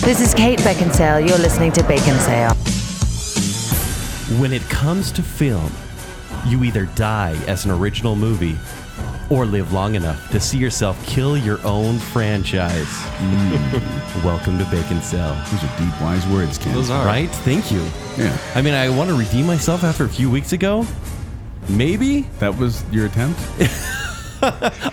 This is Kate Beckinsale. You're listening to Baconsale. When it comes to film, you either die as an original movie or live long enough to see yourself kill your own franchise. Welcome to Bacon Cell. Those are deep, wise words, Ken. Mm. Those are. Right? Thank you. Yeah. I mean, I want to redeem myself after a few weeks ago. Maybe That was your attempt?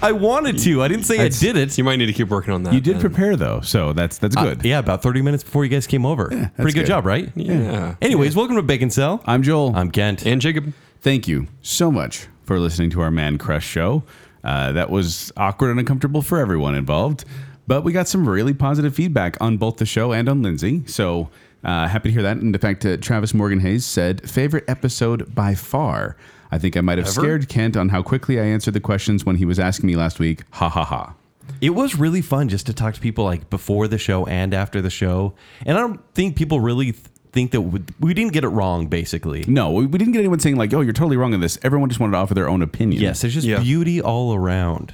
I wanted to. I didn't say I That's- did it. You might need to keep working on that. You did then. prepare, though, so that's that's Uh, good. yeah, about 30 minutes before you guys came over. Pretty good, good. job, right? Yeah. Anyways, welcome to Bacon Cell. I'm Joel. I'm Kent. And Jacob. Thank you so much for listening to our Man Crush show. Uh, that was awkward and uncomfortable for everyone involved, but we got some really positive feedback on both the show and on Lindsay. So uh, happy to hear that. And in fact, uh, Travis Morgan Hayes said, favorite episode by far. I think I might have scared Kent on how quickly I answered the questions when he was asking me last week. Ha ha ha. It was really fun just to talk to people like before the show and after the show. And I don't think people really th- think that we, we didn't get it wrong, basically. No, we we didn't get anyone saying like, "Oh, you're totally wrong on this." Everyone just wanted to offer their own opinion. Yes, there's just Yeah. beauty all around.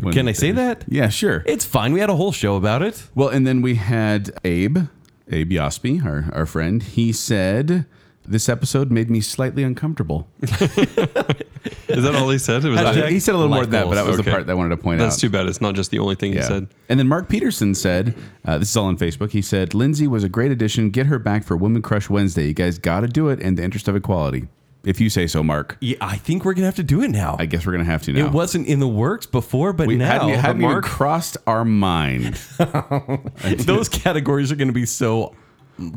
When- Can I say that? Yeah, sure. It's fine. We had a whole show about it. Well, and then we had Abe, Abe Yospi, our, our friend. He said, This episode made me slightly uncomfortable. Is that all he said? It was Hashtag- that- he said a little more than that, but that was the Okay. part that I wanted to point That's out. too bad. It's not just the only thing he Yeah. said. And then Mark Peterson said, uh, This is all on Facebook. He said, Lindsay was a great addition. Get her back for Women Crush Wednesday. You guys got to do it in the interest of equality. If you say so, Mark. Yeah, I think we're gonna have to do it now. I guess we're going to have to now. It wasn't in the works before, but we now hadn't, hadn't even Mark, crossed our mind. those categories are gonna be so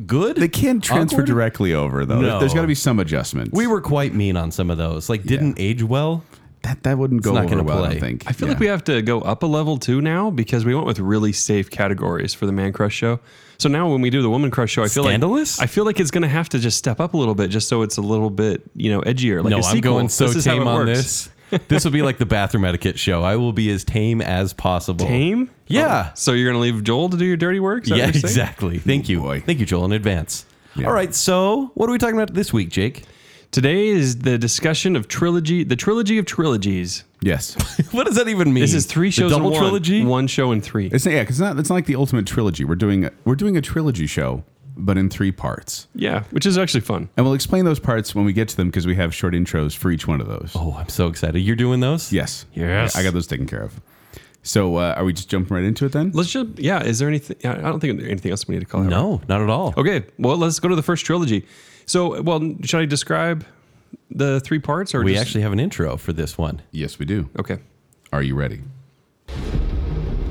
good. They can't transfer Awkward? directly over, though. No. There's got to be some adjustments. We were quite mean on some of those. Like, didn't age well. that, that wouldn't go not over gonna well, I play. don't think. I feel Yeah. like we have to go up a level too now because we went with really safe categories for the man crush show. So now when we do the woman crush show, I feel Scandalous? like I feel like it's going to have to just step up a little bit just so it's a little bit you know edgier. Like no, a I'm sequel. going so This is how tame it on works. this. This will be like the bathroom etiquette show. I will be as tame as possible. Tame? Yeah. Oh, so you're going to leave Joel to do your dirty work? Is that Yeah, what you're saying? exactly. Thank you. boy. Thank you, Joel, in advance. Yeah. All right, so what are we talking about this week, Jake? Today is the discussion of trilogy, the trilogy of trilogies. Yes. what does that even mean? This is three The shows double in one, trilogy. one show in three. It's not, yeah, 'cause it's not. It's not like the ultimate trilogy. We're doing a, we're doing a trilogy show, but in three parts, yeah, which is actually fun. and we'll explain those parts when we get to them because we have short intros for each one of those. Oh, I'm so excited. You're doing those? Yes, Yes. I got those taken care of. So uh, are we just jumping right into it then? Let's just yeah. Is there anything? I don't think there's anything else we need to call out. No, not at all. Okay. Well, let's go to the first trilogy. So, well, should I describe the three parts or We just- actually have an intro for this one. Yes, we do. okay? Are you ready?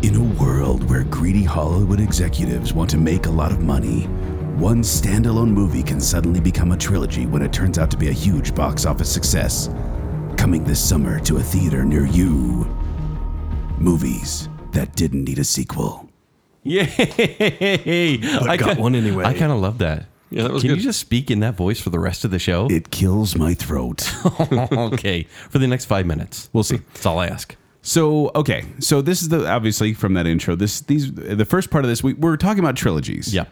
In a world where greedy Hollywood executives want to make a lot of money, one standalone movie can suddenly become a trilogy when it turns out to be a huge box office success. Coming this summer to a theater near you. Movies that didn't need a sequel. Yay! I got kinda- one anyway. I kind of love that. Yeah, that was Can good. you just speak in that voice for the rest of the show? It kills my throat. okay, for the next five minutes. We'll see. That's all I ask. So okay, so this is the obviously from that intro. This these the first part of this we we're talking about trilogies. Yeah.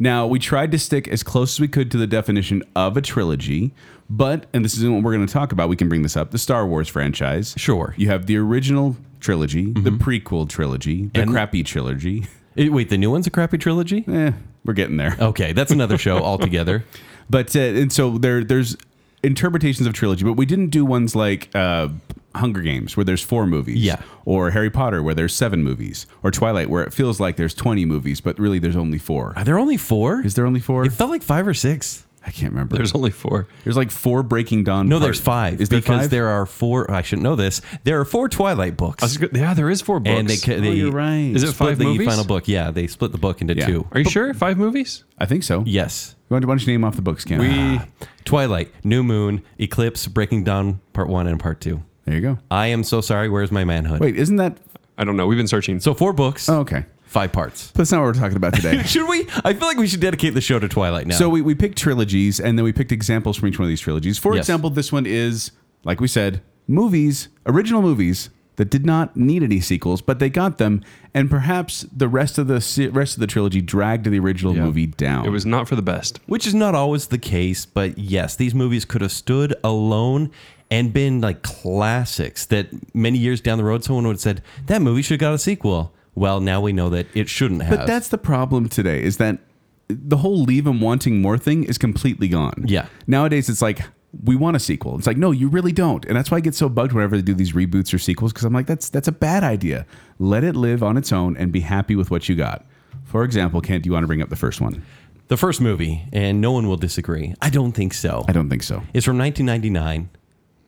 Now we tried to stick as close as we could to the definition of a trilogy, but and this isn't what we're going to talk about. We can bring this up: the Star Wars franchise. Sure. Mm-hmm. You have the original trilogy, the prequel trilogy, the And- crappy trilogy. Eh, wait, the new one's a crappy trilogy? Eh, we're getting there. Okay, that's another show altogether. But uh, and so there there's interpretations of trilogy, but we didn't do ones like uh, Hunger Games where there's four movies, Yeah. or Harry Potter where there's seven movies, or Twilight where it feels like there's twenty movies, but really there's only four. Are there only four? Is there only four? It felt like five or six. I can't remember. There's only four. There's like four Breaking Dawn. No, part- there's five. Is there because five? there are four. I shouldn't know this. There are four Twilight books, I was go- yeah, there is four books. and they ca- they Oh, you're right. Is it split five the movies? final book. Yeah, they split the book into Yeah. two. Are you sure? Five movies? I think so. Yes. Ah. Why don't why don't you name off the books, Ken? We Twilight, New Moon, Eclipse, Breaking Dawn, Part One and Part Two. there you go. I am so sorry. Where's my manhood? Wait, isn't that? I don't know. We've been searching. So So four books, Oh, okay. five parts. But that's not what we're talking about today. Should we? I feel like we should dedicate the show to Twilight now. so we, we picked trilogies, and then we picked examples from each one of these trilogies. For Yes. example, this one is like we said, movies, original movies that did not need any sequels, but they got them, and perhaps the rest of the se- rest of the trilogy dragged the original movie down. it was not for the best. which is not always the case but yes these movies could have stood alone and been like classics that many years down the road someone would have said that movie should have got a sequel Well, now we know that it shouldn't have. But that's the problem today is that the whole leave him wanting more thing is completely gone. Yeah. Nowadays it's like we want a sequel. It's like no, you really don't. And that's why I get so bugged whenever they do these reboots or sequels cuz I'm like that's that's a bad idea. Let it live on its own and be happy with what you got. For example, Kent, do you want to bring up the first one? the first movie, and no one will disagree. I don't think so. I don't think so. It's from 1999.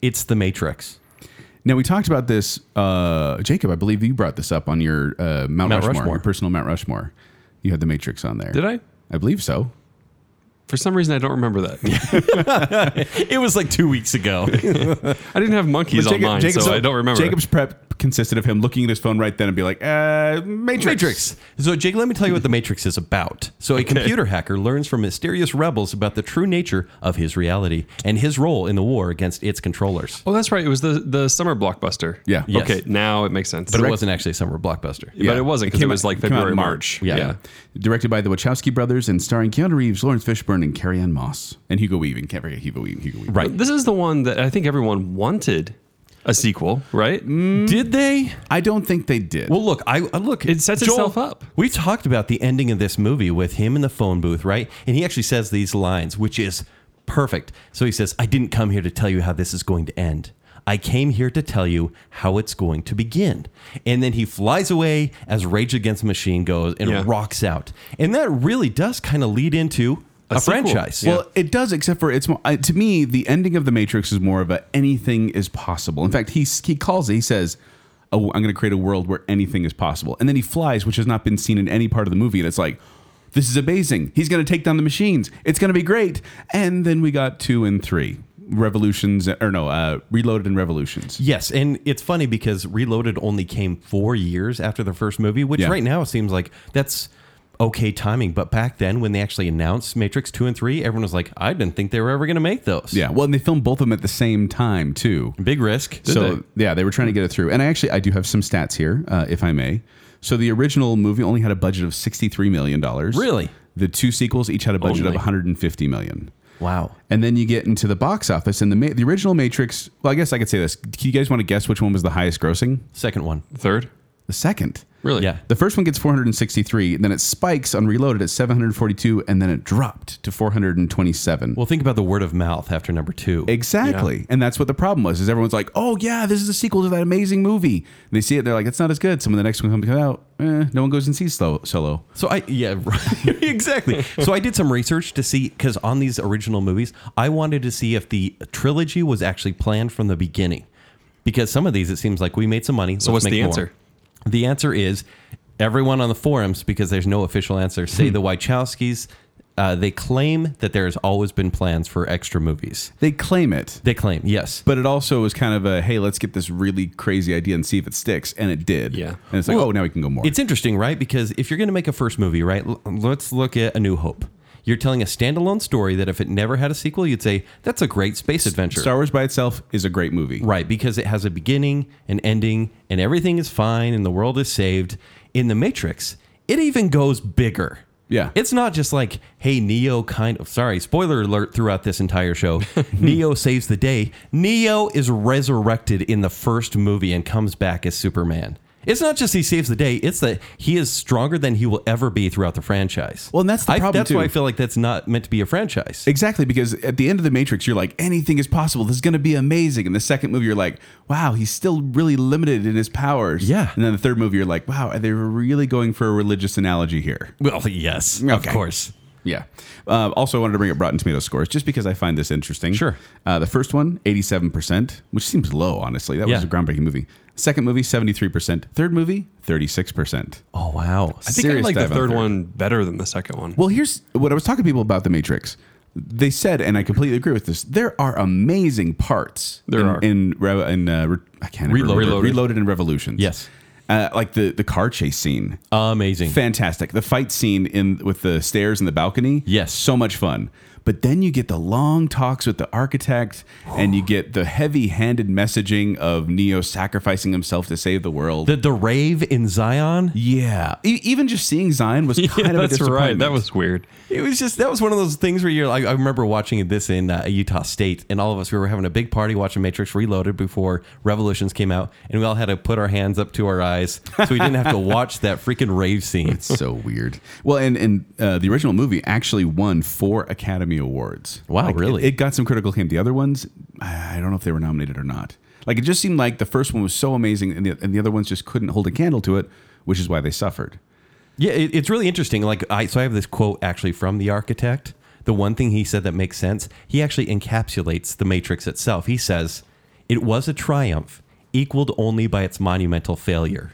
It's The Matrix. Now we talked about this, uh, Jacob. I believe you brought this up on your uh, Mount, Mount Rushmore, Rushmore. your personal Mount Rushmore. You had the Matrix on there. Did I? I believe so. For some reason, I don't remember that. It was like two weeks ago. I didn't have monkeys But on mine, so, I don't remember. Jacob's prep consisted of him looking at his phone right then and be like, uh, Matrix. Matrix. So, Jake, let me tell you what The Matrix is about. So, a computer hacker learns from mysterious rebels about the true nature of his reality and his role in the war against its controllers. oh, that's right. It was the the summer blockbuster. Yeah. Yes. Okay, now it makes sense. But it wasn't actually a summer blockbuster. But it wasn't because it, came was out- like came out in February, March. Yeah. Directed by the Wachowski brothers and starring Keanu Reeves, Lawrence Fishburne, and Carrie Ann Moss. And Hugo Weaving. Can't forget Hugo Weaving. Hugo Weaving. Right. This is the one that I think everyone wanted a sequel, right? Did they? I don't think they did. Well, look, I I- look. It sets itself up. We talked about the ending of this movie with him in the phone booth, right? And he actually says these lines, which is perfect. So he says, "I didn't come here to tell you how this is going to end. I came here to tell you how it's going to begin." And then he flies away as Rage Against the Machine goes and Yeah. rocks out. And that really does kind of lead into a, sequel. franchise. Well, it does, except for it's more, uh, to me the ending of the Matrix is more of a anything is possible. In fact, he he calls it. He says, "Oh, I'm going to create a world where anything is possible," and then he flies, which has not been seen in any part of the movie, and it's like. This is amazing. He's going to take down the machines. It's going to be great. And then we got two and three revolutions, or no, uh, reloaded and revolutions. Yes, and it's funny because Reloaded only came four years after the first movie, which Yeah. right now seems like that's okay timing. But back then, when they actually announced Matrix two and three, everyone was like, "I didn't think they were ever going to make those." Yeah. Well, and they filmed both of them at the same time too. big risk. so yeah, they were trying to get it through. And I actually I do have some stats here, uh, if I may. So the original movie only had a budget of sixty three million dollars. Really? The two sequels each had a budget of Only. one hundred and fifty million. wow. And then you get into the box office, and the ma- the original Matrix. Well, I guess I could say this. Do you guys want to guess which one was the highest grossing? Second one, Third? The second. Really? yeah. The first one gets 463, then it spikes on Reloaded at 742, and then it dropped to 427. Well, think about the word of mouth after number two. Exactly. And that's what the problem was, is everyone's like, oh, yeah, this is a sequel to that amazing movie. And they see it, they're like, it's not as good. So when the next one comes out, eh, no one goes and sees Slo- Solo. So I yeah right, exactly. so I did some research to see because on these original movies, I wanted to see if the trilogy was actually planned from the beginning. Because some of these, it seems like we made some money. So what's make the more. answer? The answer is everyone on the forums, because there's no official answer, Hmm. say the Wachowskis. Uh, they claim that there has always been plans for extra movies. They claim it. They claim yes. But it also was kind of a, hey, let's get this really crazy idea and see if it sticks. And it did. Yeah. And it's like, Well, oh, now we can go more. It's interesting, right? Because if you're going to make a first movie, right, l- let's look at A New Hope. You're telling a standalone story that if it never had a sequel, you'd say, that's a great space adventure. Star Wars by itself is a great movie. Right, because it has a beginning, an ending, and everything is fine and the world is saved. In The Matrix, it even goes bigger. Yeah. It's not just like, hey, Neo kind of, sorry, spoiler alert throughout this entire show. Neo saves the day. Neo is resurrected in the first movie and comes back as Superman. It's not just he saves the day, it's that he is stronger than he will ever be throughout the franchise. Well, and that's the I- problem, That's why too. I feel like that's not meant to be a franchise. Exactly, because at the end of the Matrix, you're like, anything is possible. This is going to be amazing. And the second movie, you're like, wow, he's still really limited in his powers. Yeah. And then the third movie, you're like, wow, they were really going for a religious analogy here. Well, yes, of Okay. course. Yeah. Uh, also, I wanted to bring up Rotten Tomatoes scores just because I find this interesting. Sure. Uh, the first one, 87%, which seems low, honestly. That was Yeah. a groundbreaking movie. Second movie, 73%. Third movie, 36%. Oh, wow. I think I Serious like the dive on third third. one better than the second one. Well, here's what I was talking to people about The Matrix. They said, and I completely agree with this. There are amazing parts. There in, are. in, Re- in uh, Re- I can't remember. Reloaded. Reloaded, Reloaded and Revolutions. Yes. uh, like the the car chase scene. Amazing. Fantastic. The fight scene in with the stairs and the balcony. Yes. So much fun. But then you get the long talks with the architect, and you get the heavy-handed messaging of Neo sacrificing himself to save the world. The, the rave in Zion? yeah, E- even just seeing Zion was kind of a that's right. disappointment. That was weird. It was just that was one of those things where you're like, I remember watching this in uh, Utah State, and all of us we were having a big party watching Matrix Reloaded before Revolutions came out, and we all had to put our hands up to our eyes so we didn't have to watch that freaking rave scene. so weird. Well, and and uh, the original movie actually won four Academy Awards. Wow, Like, really? It, it got some critical acclaim. The other ones, I I don't know if they were nominated or not. Like it just seemed like the first one was so amazing, and the and the other ones just couldn't hold a candle to it, which is why they suffered. Yeah, it, it's really interesting. Like, I so I have this quote actually from the architect. The one thing he said that makes sense, he actually encapsulates the Matrix itself. He says, "It was a triumph, equaled only by its monumental failure."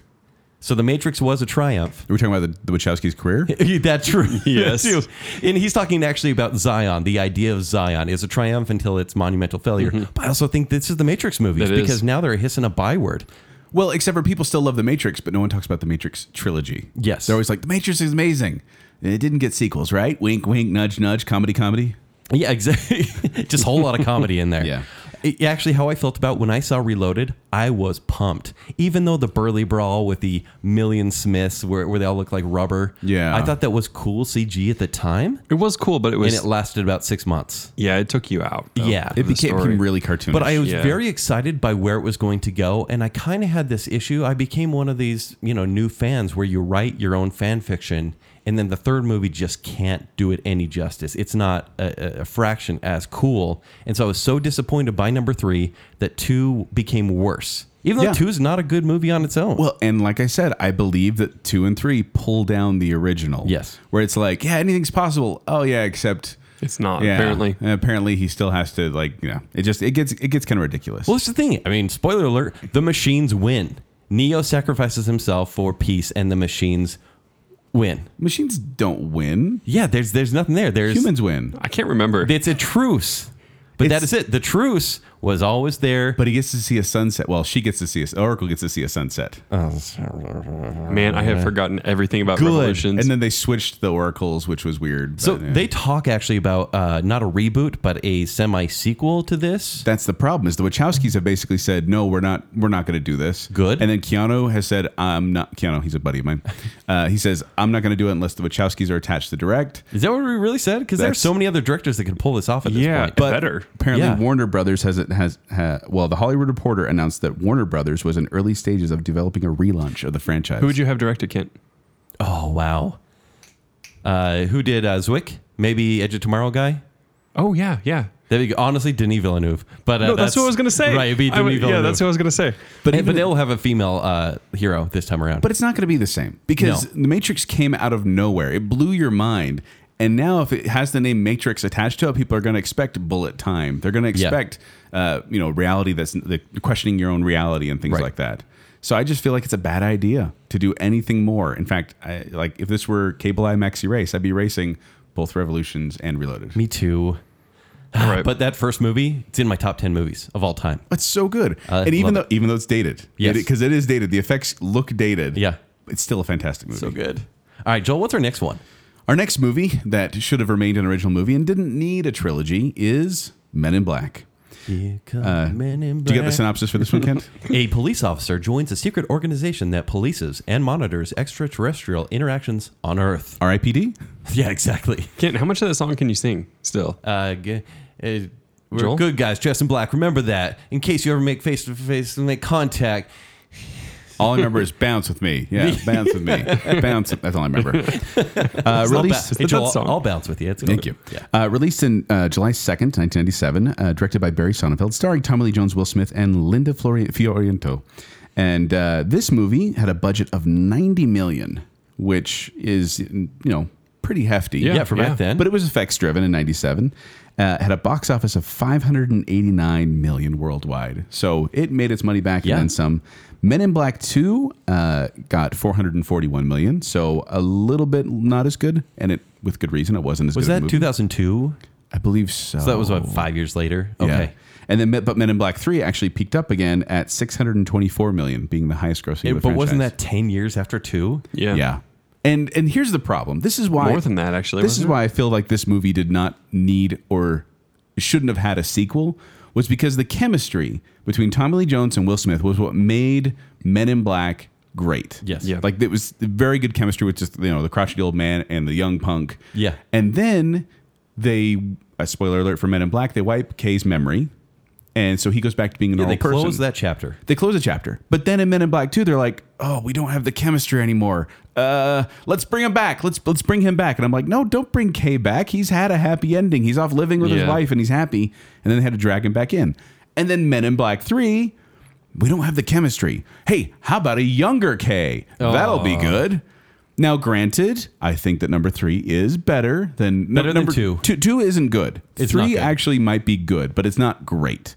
So the Matrix was a triumph. Are we talking about the, the Wachowskis' career? That's true. Yes. Too. And he's talking actually about Zion. The idea of Zion is a triumph until it's monumental failure. But I also think this is the Matrix movies It is. because now they're a hiss and a byword. Well, except for people still love The Matrix, but no one talks about The Matrix trilogy. Yes. they're always like The Matrix is amazing. It didn't get sequels, right? Wink, wink, nudge, nudge. Comedy, comedy. Yeah, exactly. Just a whole lot of comedy in there. Yeah. It- actually, how I felt about when I saw Reloaded, I was pumped. Even though the burly brawl with the million Smiths, where, where they all look like rubber, Yeah. I thought that was cool CG at the time, It was cool, but it was and it lasted about six months. yeah, it took you out. though, Yeah. of It the Became story. really cartoonish. But I was Yeah. very excited by where it was going to go, and I kind of had this issue. I became one of these, you know, new fans where you write your own fan fiction, and then the third movie just can't do it any justice. It's not a, a- a fraction as cool, and so I was so disappointed by number three that two became worse. Even though Yeah. two is not a good movie on its own. Well, and like I said, I believe that two and three pull down the original. Yes. Where it's like, yeah, anything's possible. Oh yeah, except It's not yeah. apparently. And apparently he still has to like, you know, it just it gets it gets kind of ridiculous. Well, that's the thing. I mean, spoiler alert: the machines win. Neo sacrifices himself for peace, and the machines win. Machines don't win. Yeah, there's there's nothing there. There's Humans win. I can't remember. It's a truce. But that It's- is it. The truce was always there. But he gets to see a sunset. Well, she gets to see a Oracle gets to see a sunset. Uh, Man, I have forgotten everything about revolutions. And then they switched the oracles, which was weird. so uh, but, yeah. they talk actually about uh, not a reboot, but a semi sequel to this. that's the problem is the Wachowskis have basically said no, we're not we're not going to do this. Good. And then Keanu has said I'm not Keanu. He's a buddy of mine. Uh, he says I'm not going to do it unless the Wachowskis are attached to direct. Is that what we really said? Because there are That's- so many other directors that could pull this off at this yeah, point. But- better. Apparently, Yeah. Warner Brothers has has ha, well. The Hollywood Reporter announced that Warner Brothers was in early stages of developing a relaunch of the franchise. Who would you have directed, Kent? oh, wow. Uh, who did uh, Zwick? Maybe Edge of Tomorrow guy? Oh yeah, yeah. That'd be, honestly, Denis Villeneuve. But, uh, No, that's, what I was gonna say. Right, it'd be I Denis would- Villeneuve. yeah, that's what I was gonna say. but, but they'll have a female uh, hero this time around. But it's not going to be the same because No. the Matrix came out of nowhere. It blew your mind, and now if it has the name Matrix attached to it, people are going to expect bullet time. They're going to Yeah. expect uh, you know reality that's the questioning your own reality and things Right. like that. So I just feel like it's a bad idea to do anything more. In fact, I, like if this were Cable Eye Maxi Race, I'd be racing both Revolutions and Reloaded. Me too. All right, But that first movie, it's in my top 10 movies of all time. It's so good. I and even though love even though it's dated, Yes. because it is dated, the effects look dated. Yeah. it's still a fantastic movie. So good. All right, Joel, what's our next one? Our next movie that should have remained an original movie and didn't need a trilogy is Men in Black. Here come men in Do you get the black. synopsis for this one, Kent? A police officer joins a secret organization that polices and monitors extraterrestrial interactions on Earth. R.I.P.D. Yeah, exactly. Kent, how much of that song can you sing still? Uh, g- uh, we're Joel? good guys dressed in black. Remember that. In case you ever make face to face and make contact. All I remember is bounce with me. Yeah, bounce with me. Bounce. That's all I remember. Uh, I'll, ba- released. hey, the Joel, best song. I'll, I'll bounce with you. It's Thank good. you. Yeah. Uh, released in uh, July 2nd, 1997, uh, directed by Barry Sonnenfeld, starring Tommy Lee Jones, Will Smith, and Linda Flori- Fiorento. And uh, this movie had a budget of 90 million, which is, you know, pretty hefty. Yeah, for back Yeah. then. But it was effects driven in 97. Uh, had a box office of 589 million worldwide. So it made its money back Yeah. and then some. Men in Black 2 uh, got 441 million. So a little bit not as good. And it with good reason. It wasn't as was good. a that movie. 2002? I believe so. So that was, what, five years later? Yeah. Okay. And then, but Men in Black Three actually peaked up again at 624 million, being the highest grossing. It- of the but wasn't franchise. that 10 years after two? Yeah, Yeah. And and here's the problem. This is why More than that, actually, This wasn't is it? why I feel like this movie did not need or shouldn't have had a sequel was because the chemistry between Tommy Lee Jones and Will Smith was what made Men in Black great. Yes. Yeah. Like it was very good chemistry with just you know the crotchety old man and the young punk. Yeah. And then they a spoiler alert for Men in Black, they wipe Kay's memory. And so he goes back to being a normal they person close that chapter. they close a chapter. But then in Men in Black 2, they're like, "Oh, we don't have the chemistry anymore. Uh, let's bring him back. Let's let's bring him back." And I'm like, "No, don't bring K back. He's had a happy ending. He's off living with his Yeah. wife and he's happy." And then they had to drag him back in. And then Men in Black 3, we don't have the chemistry. Hey, how about a younger K? That'll be good. Now, granted, I think that number three is better than Better than number two. two. Two isn't good. It's not three good. actually might be good, but it's not great.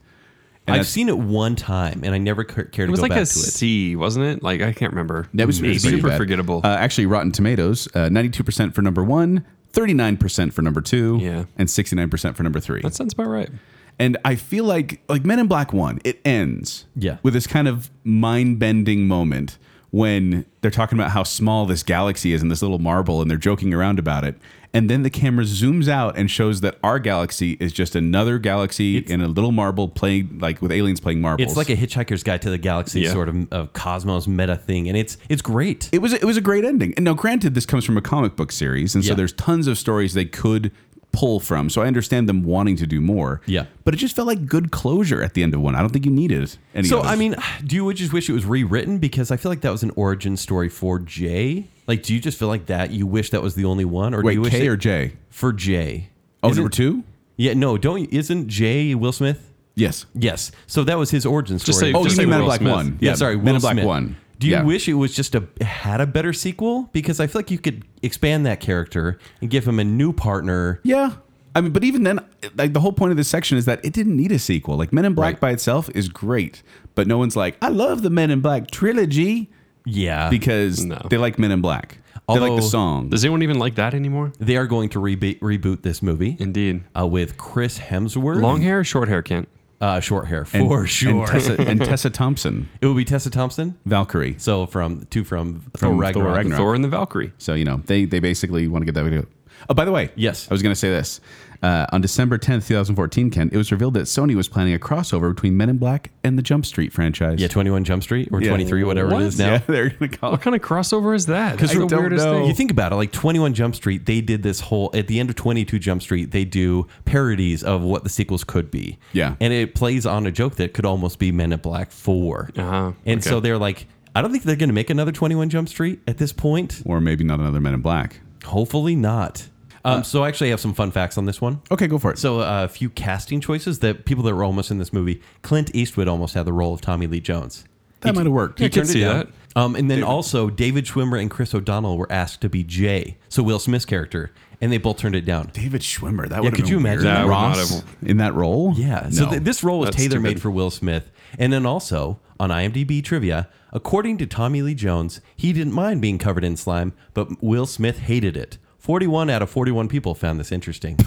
And I've that's- seen it one time, and I never ca- cared It to was go like back a to it. C, wasn't it? Like I can't remember. That was Maybe. pretty super bad. forgettable. Uh, actually, Rotten Tomatoes, uh, 92% for number one, 39% for number two, Yeah. and 69% for number three. that sounds about right. and I feel like, like Men in Black 1, it ends Yeah. with this kind of mind bending moment when they're talking about how small this galaxy is and this little marble and they're joking around about it. And then the camera zooms out and shows that our galaxy is just another galaxy in a little marble playing, like with aliens playing marbles. It's like a Hitchhiker's Guide to the Galaxy Yeah. sort of, of cosmos meta thing, and it's it's great. it was it was a great ending. And now, granted, this comes from a comic book series, and so Yeah. there's tons of stories they could pull from. So I understand them wanting to do more. Yeah. but it just felt like good closure at the end of one. I don't think you needed any. so others. I mean, do you just wish it was rewritten because I feel like that was an origin story for Jay? Like, do you just feel like that? You wish that was the only one, or do wait, you wish K that- or J? for Jay? Oh, Isn't- number two. Yeah, no, don't. you- Isn't Jay Will Smith? Yes. Yes. So that was his origin story. say- Oh, you Just like mean Men in Will Black Smith. One? yeah, sorry, Men in Will Black Smith. One. Do you Yeah. wish it was just a had a better sequel? Because I feel like you could expand that character and give him a new partner. Yeah. I mean, but even then, like the whole point of this section is that it didn't need a sequel. Like Men in Black Right. by itself is great, but no one's like, I love the Men in Black trilogy Yeah, because No. they like Men in Black. they like the Although- song. Does anyone even like that anymore? they are going to rebe- reboot this movie Indeed. uh, with Chris Hemsworth, Long hair, or short hair, Kent. uh, short hair And- for sure. And Tessa, and Tessa Thompson. it will be Tessa Thompson. Valkyrie. So from two from Thor From Thor Ragnarok. Ragnarok. Thor and the Valkyrie. So you know they they basically want to get that video. Oh, by the way, Yes. I was going to say this. Uh, on December tenth, two thousand fourteen, Kent, it was revealed that Sony was planning a crossover between Men in Black and the Jump Street franchise. Yeah, twenty one Jump Street or twenty three, whatever What? it is now. yeah, they're going to call What it. kind of crossover is that? That's I the don't weirdest know. thing. You think about it, like 21 Jump Street, they did this whole, at the end of 22 Jump Street, they do parodies of what the sequels could be. Yeah. And it plays on a joke that could almost be Men in Black 4. Uh-huh. And Okay. so they're like, I don't think they're going to make another 21 Jump Street at this point. or maybe not another Men in Black. Hopefully not. Um, so I actually have some fun facts on this one. Okay, go for it. So uh, a few casting choices that people that were almost in this movie, Clint Eastwood almost had the role of Tommy Lee Jones. that might have worked. Yeah, You I could turned it see down. that. Um, and then also David Schwimmer and Chris O'Donnell were asked to be Jay, so Will Smith's character, and they both turned it down. David Schwimmer. That would could you imagine that? That would not Ross in that role? Yeah. No. So th- this role was That's tailor made stupid. for Will Smith. And then also on IMDb trivia, according to Tommy Lee Jones, he didn't mind being covered in slime, but Will Smith hated it. 41 out of 41 people found this interesting.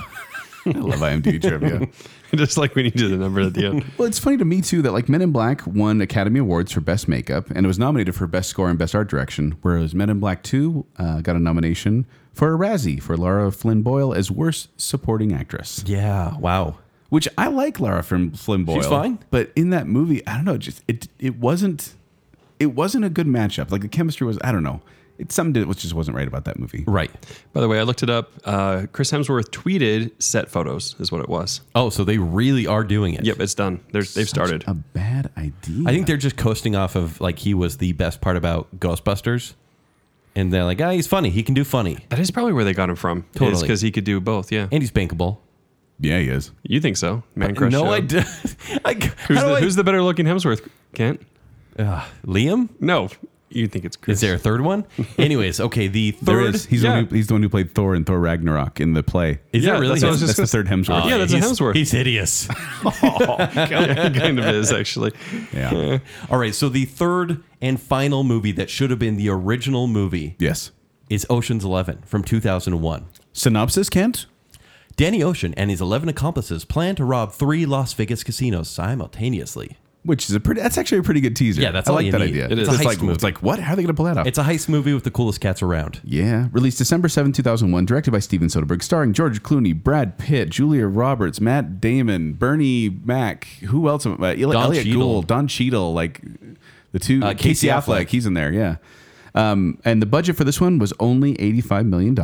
I love IMDb trivia. Just like we need to do the number at the end. Well, it's funny to me too that like Men in Black won Academy Awards for Best Makeup and it was nominated for Best Score and Best Art Direction, whereas Men in Black Two uh, got a nomination for a Razzie for Lara Flynn Boyle as Worst Supporting Actress, yeah. Wow. which I like Lara Flynn, Flynn Boyle. She's fine. but in that movie, I don't know, it just it it wasn't it wasn't a good matchup. Like the chemistry was, I don't know, it's something that was- just wasn't right about that movie. Right. By the way, I looked it up. Uh, Chris Hemsworth tweeted set photos is what it was. Oh, so they really are doing it. Yep, it's done. They're, they've started. A bad idea. I think they're just coasting off of like he was the best part about Ghostbusters. And they're like, ah, he's funny. He can do funny. That is probably where they got him from. Totally. because he could do both. Yeah, And he's bankable. yeah, he is. you think so? Man Crush. no, show. I do. I, Who's how do the, I- who's the better looking Hemsworth? Kent. Ugh, Liam? No, you think it's Chris? Is there a third one? Anyways, okay, the third. There is. He's, the Yeah. one who, he's the one who played Thor in Thor Ragnarok in the play. Is Yeah, that really? that's what I was That's just the third Hemsworth. Oh, Yeah, that's a he's- Hemsworth. He's hideous. kind of is actually. yeah. All right, so the third and final movie that should have been the original movie Yes. is Ocean's Eleven from 2001. Synopsis, Kent? Danny Ocean and his 11 accomplices plan to rob three Las Vegas casinos simultaneously. which is a pretty. That's actually a pretty good teaser. Yeah, that's I all like you that need. idea. It is. It's It's a like heist movie. it's like what? How are they going to pull that off? It's a heist movie with the coolest cats around. Yeah, released December seventh, two 2001, directed by Steven Soderbergh, starring George Clooney, Brad Pitt, Julia Roberts, Matt Damon, Bernie Mac, who else? am- Uh, Eli- Don Elliot Cheadle. Gould, Don Cheadle, like the two, Uh, Casey, Casey Affleck, Affleck. he's in there, yeah. Um, and the budget for this one was only $85 million,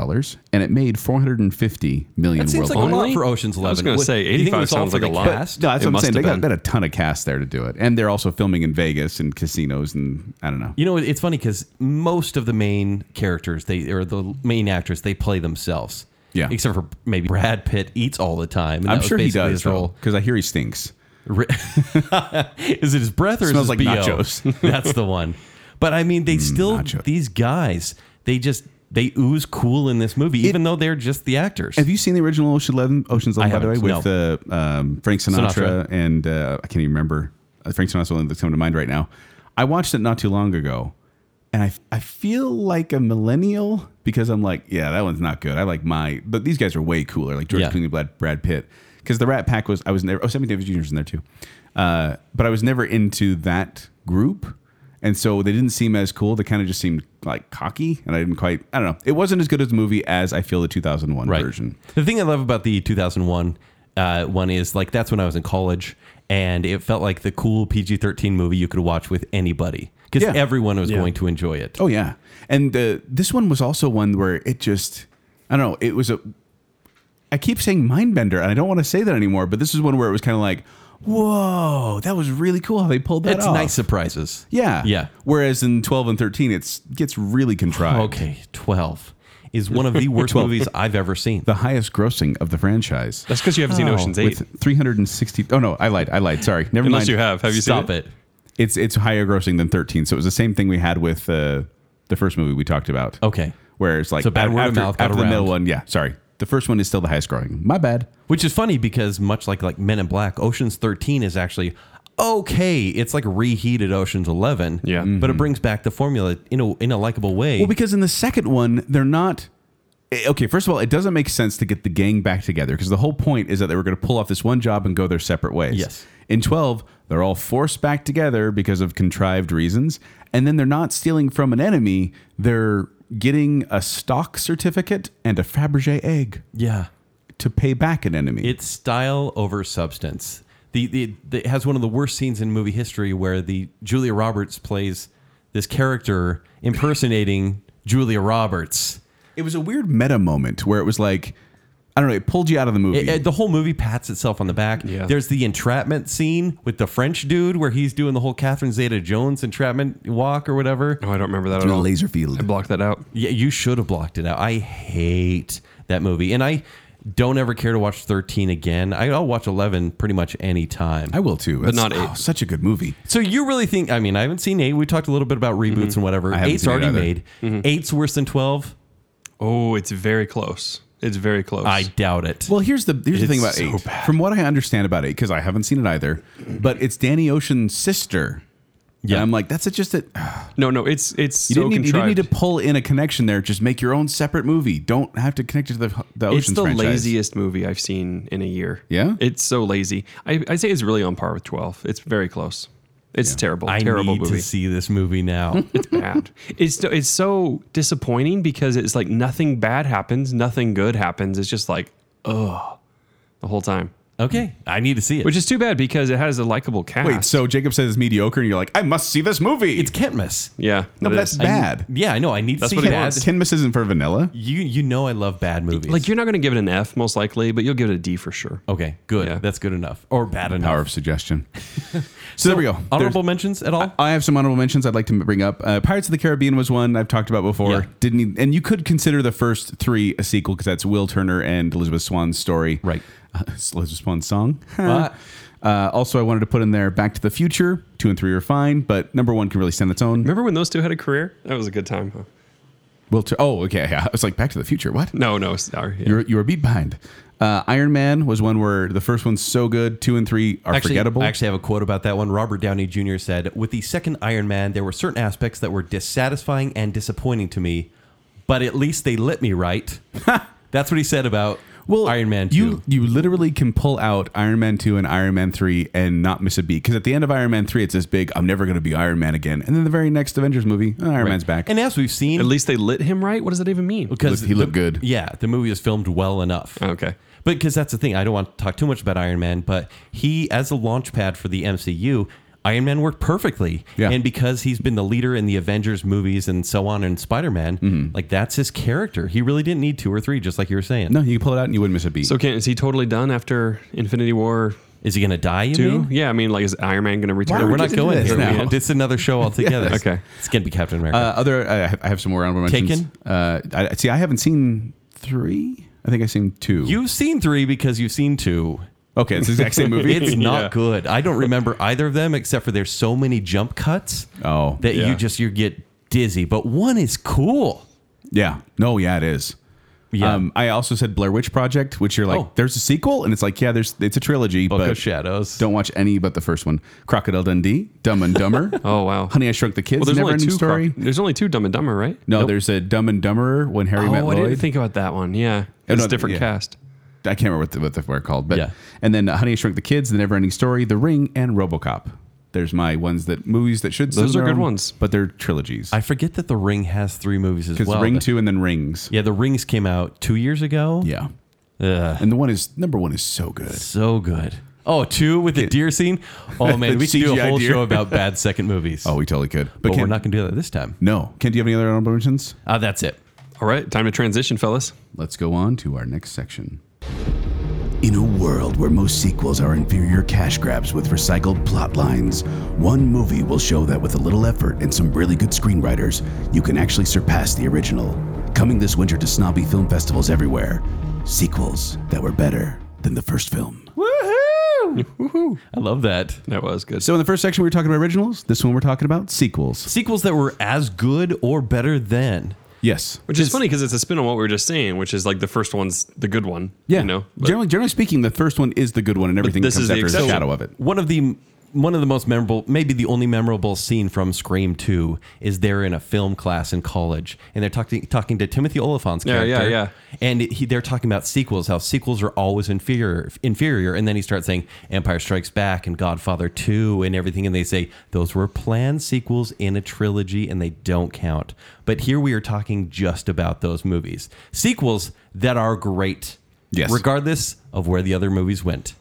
and it made $450 million That seems like worldwide. a lot Only? for Ocean's I Eleven. was gonna What- do say, you think it 85 was all sounds for like a the lot. cast? no, that's what It I'm must saying. They have got, been. they got a ton of cast there to do it. And they're also filming in Vegas and casinos and I don't know. You know, it- it's funny because most of the main characters, they or the main actors, they play themselves. Yeah. Except for maybe Brad Pitt eats all the time. and I'm that was sure he basically does, His role. because I hear he stinks. Ri- is it his breath or is Smells his like BO? nachos. Mm, That's the one. But I mean, they still nachos. these guys. They just they ooze cool in this movie, even though they're just the actors. Have you seen the original Ocean Eleven? Ocean's Eleven, by the way, haven't, with uh, um, Frank Sinatra, Sinatra. and uh, I can't even remember uh, Frank Sinatra's the only one that's coming to mind right now. I watched it not too long ago, and I I feel like a millennial because I'm like, yeah, that one's not good. I like my, but these guys are way cooler, like George Yeah. Clooney, Brad, Brad Pitt, because the Rat Pack was I was never. Oh, Sammy Davis Jr. is in there too, uh, but I was never into that group. And so they didn't seem as cool. They kind of just seemed like cocky, and I didn't quite. I don't know. It wasn't as good as the movie as I feel the 2001 version. The thing I love about the 2001 uh, one is like that's when I was in college, and it felt like the cool PG 13 movie you could watch with anybody because Yeah. everyone was going to enjoy it. Oh yeah, and the, this one was also one where it just I don't know. It was a I keep saying mind bender, and I don't want to say that anymore. But this is one where it was kind of like, whoa, that was really cool how they pulled that it's off. nice surprises. Yeah, Yeah. Whereas in twelve and thirteen, it's gets really contrived. Okay, 12 is one of the worst movies I've ever seen. The highest grossing of the franchise That's because you haven't seen Oh, Ocean's Eight. with three hundred and sixty. Oh no, I lied. I lied. Sorry. Never mind. Unless you have. Have you seen Stop it. It's it's higher grossing than thirteen. So it was the same thing we had with uh, the first movie we talked about. Okay. Where it's like So bad word of after, mouth got after the middle around. one. Yeah, sorry. The first one is still the highest growing. My bad. Which is funny because much like like Men in Black, Ocean's 13 is actually okay. It's like reheated Ocean's 11. Yeah. But it brings back the formula in a in a likable way. Mm-hmm. Well, because in the second one, they're not. eh, Okay, first of all, it doesn't make sense to get the gang back together because the whole point is that they were going to pull off this one job and go their separate ways. Yes. In 12, they're all forced back together because of contrived reasons. And then they're not stealing from an enemy, they're getting a stock certificate and a Fabergé egg yeah. to pay back an enemy. It's style over substance. The, the, the it has one of the worst scenes in movie history where the Julia Roberts plays this character impersonating Julia Roberts. it was a weird meta moment where it was like, I don't know, it pulled you out of the movie. It- it- the whole movie pats itself on the back. Yeah. There's the entrapment scene with the French dude where he's doing the whole Catherine Zeta Jones entrapment walk or whatever. No, Oh, I don't remember that at Through all. laser field. I blocked that out. Yeah, you should have blocked it out. I hate that movie. And I don't ever care to watch 13 again. I- I'll watch 11 pretty much any time. I will too. But not eight. such a good movie. So you really think? I mean, I haven't seen eight. We talked a little bit about reboots Mm-hmm. and whatever. haven't Eight's seen it already either. made. Eight's worse than twelve. Oh, it's very close. It's very close. I doubt it. Well, here's the here's the It's thing about so eight. From what I understand about eight, because I haven't seen it either, but it's Danny Ocean's sister. Yeah, Yeah. I'm like, that's it. Just that you, no, no, it's it's Ah, so didn't need, you didn't contrived. need to pull in a connection there. Just make your own separate movie. Don't have to connect it to the the Ocean's it's the franchise. laziest movie I've seen in a year. Yeah? it's so lazy. I I say it's really on par with Twelve. It's very close. It's terrible. I terrible need movie. to see this movie now. it's bad. It's it's so disappointing because it's like nothing bad happens, nothing good happens. It's just like ugh the whole time, okay, I need to see it. which is too bad because it has a likable cast. Wait, so Jacob says it's mediocre, and you're like, I must see this movie. it's Kentmas. yeah, no, it but that's is. bad. Yeah, I know. I need to That's see what he bad. wants. Ken isn't for vanilla. You you know I love bad movies. Like you're not going to give it an F most likely, but you'll give it a D for sure. Oh. okay, good. Yeah. That's good enough or bad enough. Power of suggestion. so, there we go. There's- Honorable mentions at all? I have some honorable mentions I'd like to bring up. Uh, Pirates of the Caribbean was one I've talked about before. Yeah. Didn't need, and you could consider the first three a sequel because that's Will Turner and Elizabeth Swan's story. Right. Uh, it's Elizabeth Swan's song. What? Uh, also, I wanted to put in there Back to the Future. Two and three are fine, but number one can really stand its own. Remember when those two had a career? That was a good time. Huh? Will Tur- oh, okay. Yeah. I was like Back to the Future. What? No, no, sorry. Yeah. You're you're a beat behind. Uh, Iron Man was one where the first one's so good, two and three are actually, forgettable. I actually have a quote about that one. Robert Downey Jr. said, "With the second Iron Man, there were certain aspects that were dissatisfying and disappointing to me, but at least they lit me right." That's what he said about Well, Iron Man 2. You you literally can pull out Iron Man two and Iron Man three and not miss a beat because at the end of Iron Man three, it's this big. I'm never going to be Iron Man again. And then the very next Avengers movie, oh, Iron Man's back. And as we've seen, At least they lit him right. What does that even mean? because Look, he looked Oh, the- good. Yeah, the movie was filmed well enough. Okay. But because that's the thing, I don't want to talk too much about Iron Man, but he, as a launch pad for the MCU, Iron Man worked perfectly. Yeah. And because he's been the leader in the Avengers movies and so on and Spider Man, Mm-hmm. like that's his character. He really didn't need two or three, just like you were saying. no, you can pull it out and you wouldn't miss a beat. So Ken, is he totally done after Infinity War Is he going to die? You two? mean? Yeah, I mean, like, is Iron Man going to return? are We're we not getting into going this here. now? man. It's another show altogether. Yes. Okay. It's going to be Captain America. Uh, other, I have- I have some more honorable mentions. Taken? Uh, I, see, I haven't seen three. I think I've seen two. you've seen three because you've seen two. okay? It's the exact same movie. It's not Yeah. good. I don't remember either of them except for there's so many jump cuts oh, that Yeah. you just you get dizzy. But one is cool. yeah. No, yeah, it is. Yeah. Um, I also said Blair Witch Project, which you're like, Oh. there's a sequel, and it's like, yeah, there's it's a trilogy, Book but of Shadows. don't watch any but the first one. Crocodile Dundee, Dumb and Dumber. Oh, wow. Honey, I Shrunk the Kids. Well, there's never only ending two. story. Croc- there's only two Dumb and Dumber, right? no, there's a Dumb and Dumberer when Harry Oh, met I Lloyd. I, didn't think about that one. Yeah, Oh, it's no, a different yeah. cast. can't remember what, the, what they were called, but Yeah. and then uh, Honey, I Shrunk the Kids, The Never Ending Story, The Ring, and RoboCop. There's my ones that movies that should. Those still are be good around, ones. but they're trilogies. I forget that The Ring has three movies as Because well. Ring but- Two and then Rings. Yeah, The Rings came out two years ago. Yeah. Ugh, And the one is number one is so good. so good. Oh, two with the deer scene. Oh man, we could do a CGI whole deer. show about bad second movies. Oh, we totally could. but Ken- we're not going to do that this time. No. Ken, do you have any other honorable mentions? Uh, that's it. All right, time to transition, fellas. Let's go on to our next section. In a world where most sequels are inferior cash grabs with recycled plot lines, one movie will show that with a little effort and some really good screenwriters, you can actually surpass the original. Coming this winter to snobby film festivals everywhere, sequels that were better than the first film. I love that. That was good. So in the first section we were talking about originals. This one we're talking about sequels. Sequels that were as good or better than. Yes. which is funny because it's a spin on what we were just saying, which is like the first one's the good one. Yeah. you know. But generally, generally speaking, the first one is the good one, and everything this comes is the after is a exception. shadow of it. One of the one of the most memorable, maybe the only memorable scene from Scream Two is they're in a film class in college, and they're talking talking to Timothy Oliphant's Yeah, yeah, character. yeah. And he, they're talking about sequels, how sequels are always inferior, inferior. And then he starts saying Empire Strikes Back and Godfather Two and everything, and they say those were planned sequels in a trilogy, and they don't count. But here we are talking just about those movies, sequels that are great, Yes. regardless of where the other movies went.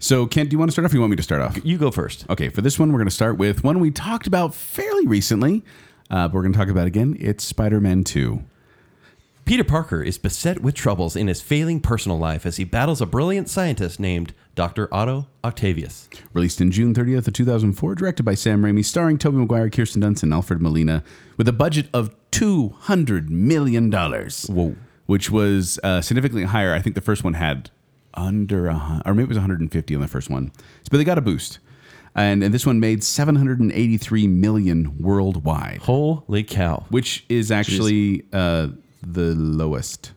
So Ken, do you want to start off or you want me to start off? You go first. Okay, for this one we're gonna start with one we talked about fairly recently, uh, but we're gonna talk about it again. It's Spider-Man 2. Peter Parker is beset with troubles in his failing personal life as he battles a brilliant scientist named Dr. Otto Octavius. Released in June 30th of 2004, directed by Sam Raimi, starring Tobey Maguire, Kirsten Dunst, and Alfred Molina, with a budget of 200 million dollars. Whoa! Which was uh, significantly higher. I think the first one had under a, hun- or maybe it was 150 on the first one, but they got a boost. And, and this one made 783 million worldwide, Holy cow. which is actually uh, the lowest.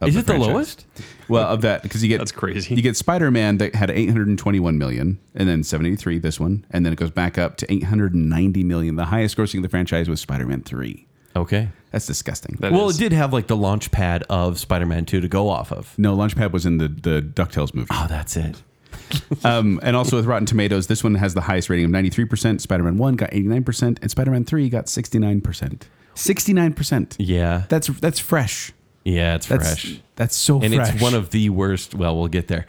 of Is it the franchise. lowest? Well, of that because you get That's crazy. You get Spider Man that had 821 million, and then 73 this one, and then it goes back up to 890 million. The highest grossing of the franchise was Spider Man Three. Okay. That's disgusting. that Well, is- it did have like the launch pad of Spider Man 2 to go off of. no, Launchpad was in the the Ducktales movie, Oh, that's it. um, and also with Rotten Tomatoes, this one has the highest rating of 93 percent. Spider Man One got 89 percent, and Spider Man Three got 69 percent. 69 percent. Yeah. That's that's fresh. yeah, it's That's fresh. That's so And fresh. it's one of the worst. Well, we'll get there.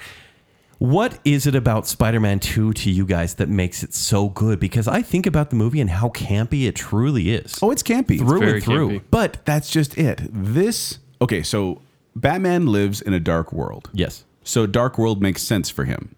What is it about Spider Man 2 to you guys that makes it so good? Because I think about the movie and how campy it truly is. oh, it's campy. It's through very and through. campy. But that's just it. This okay, so Batman lives in a dark world. Yes. So dark world makes sense for him.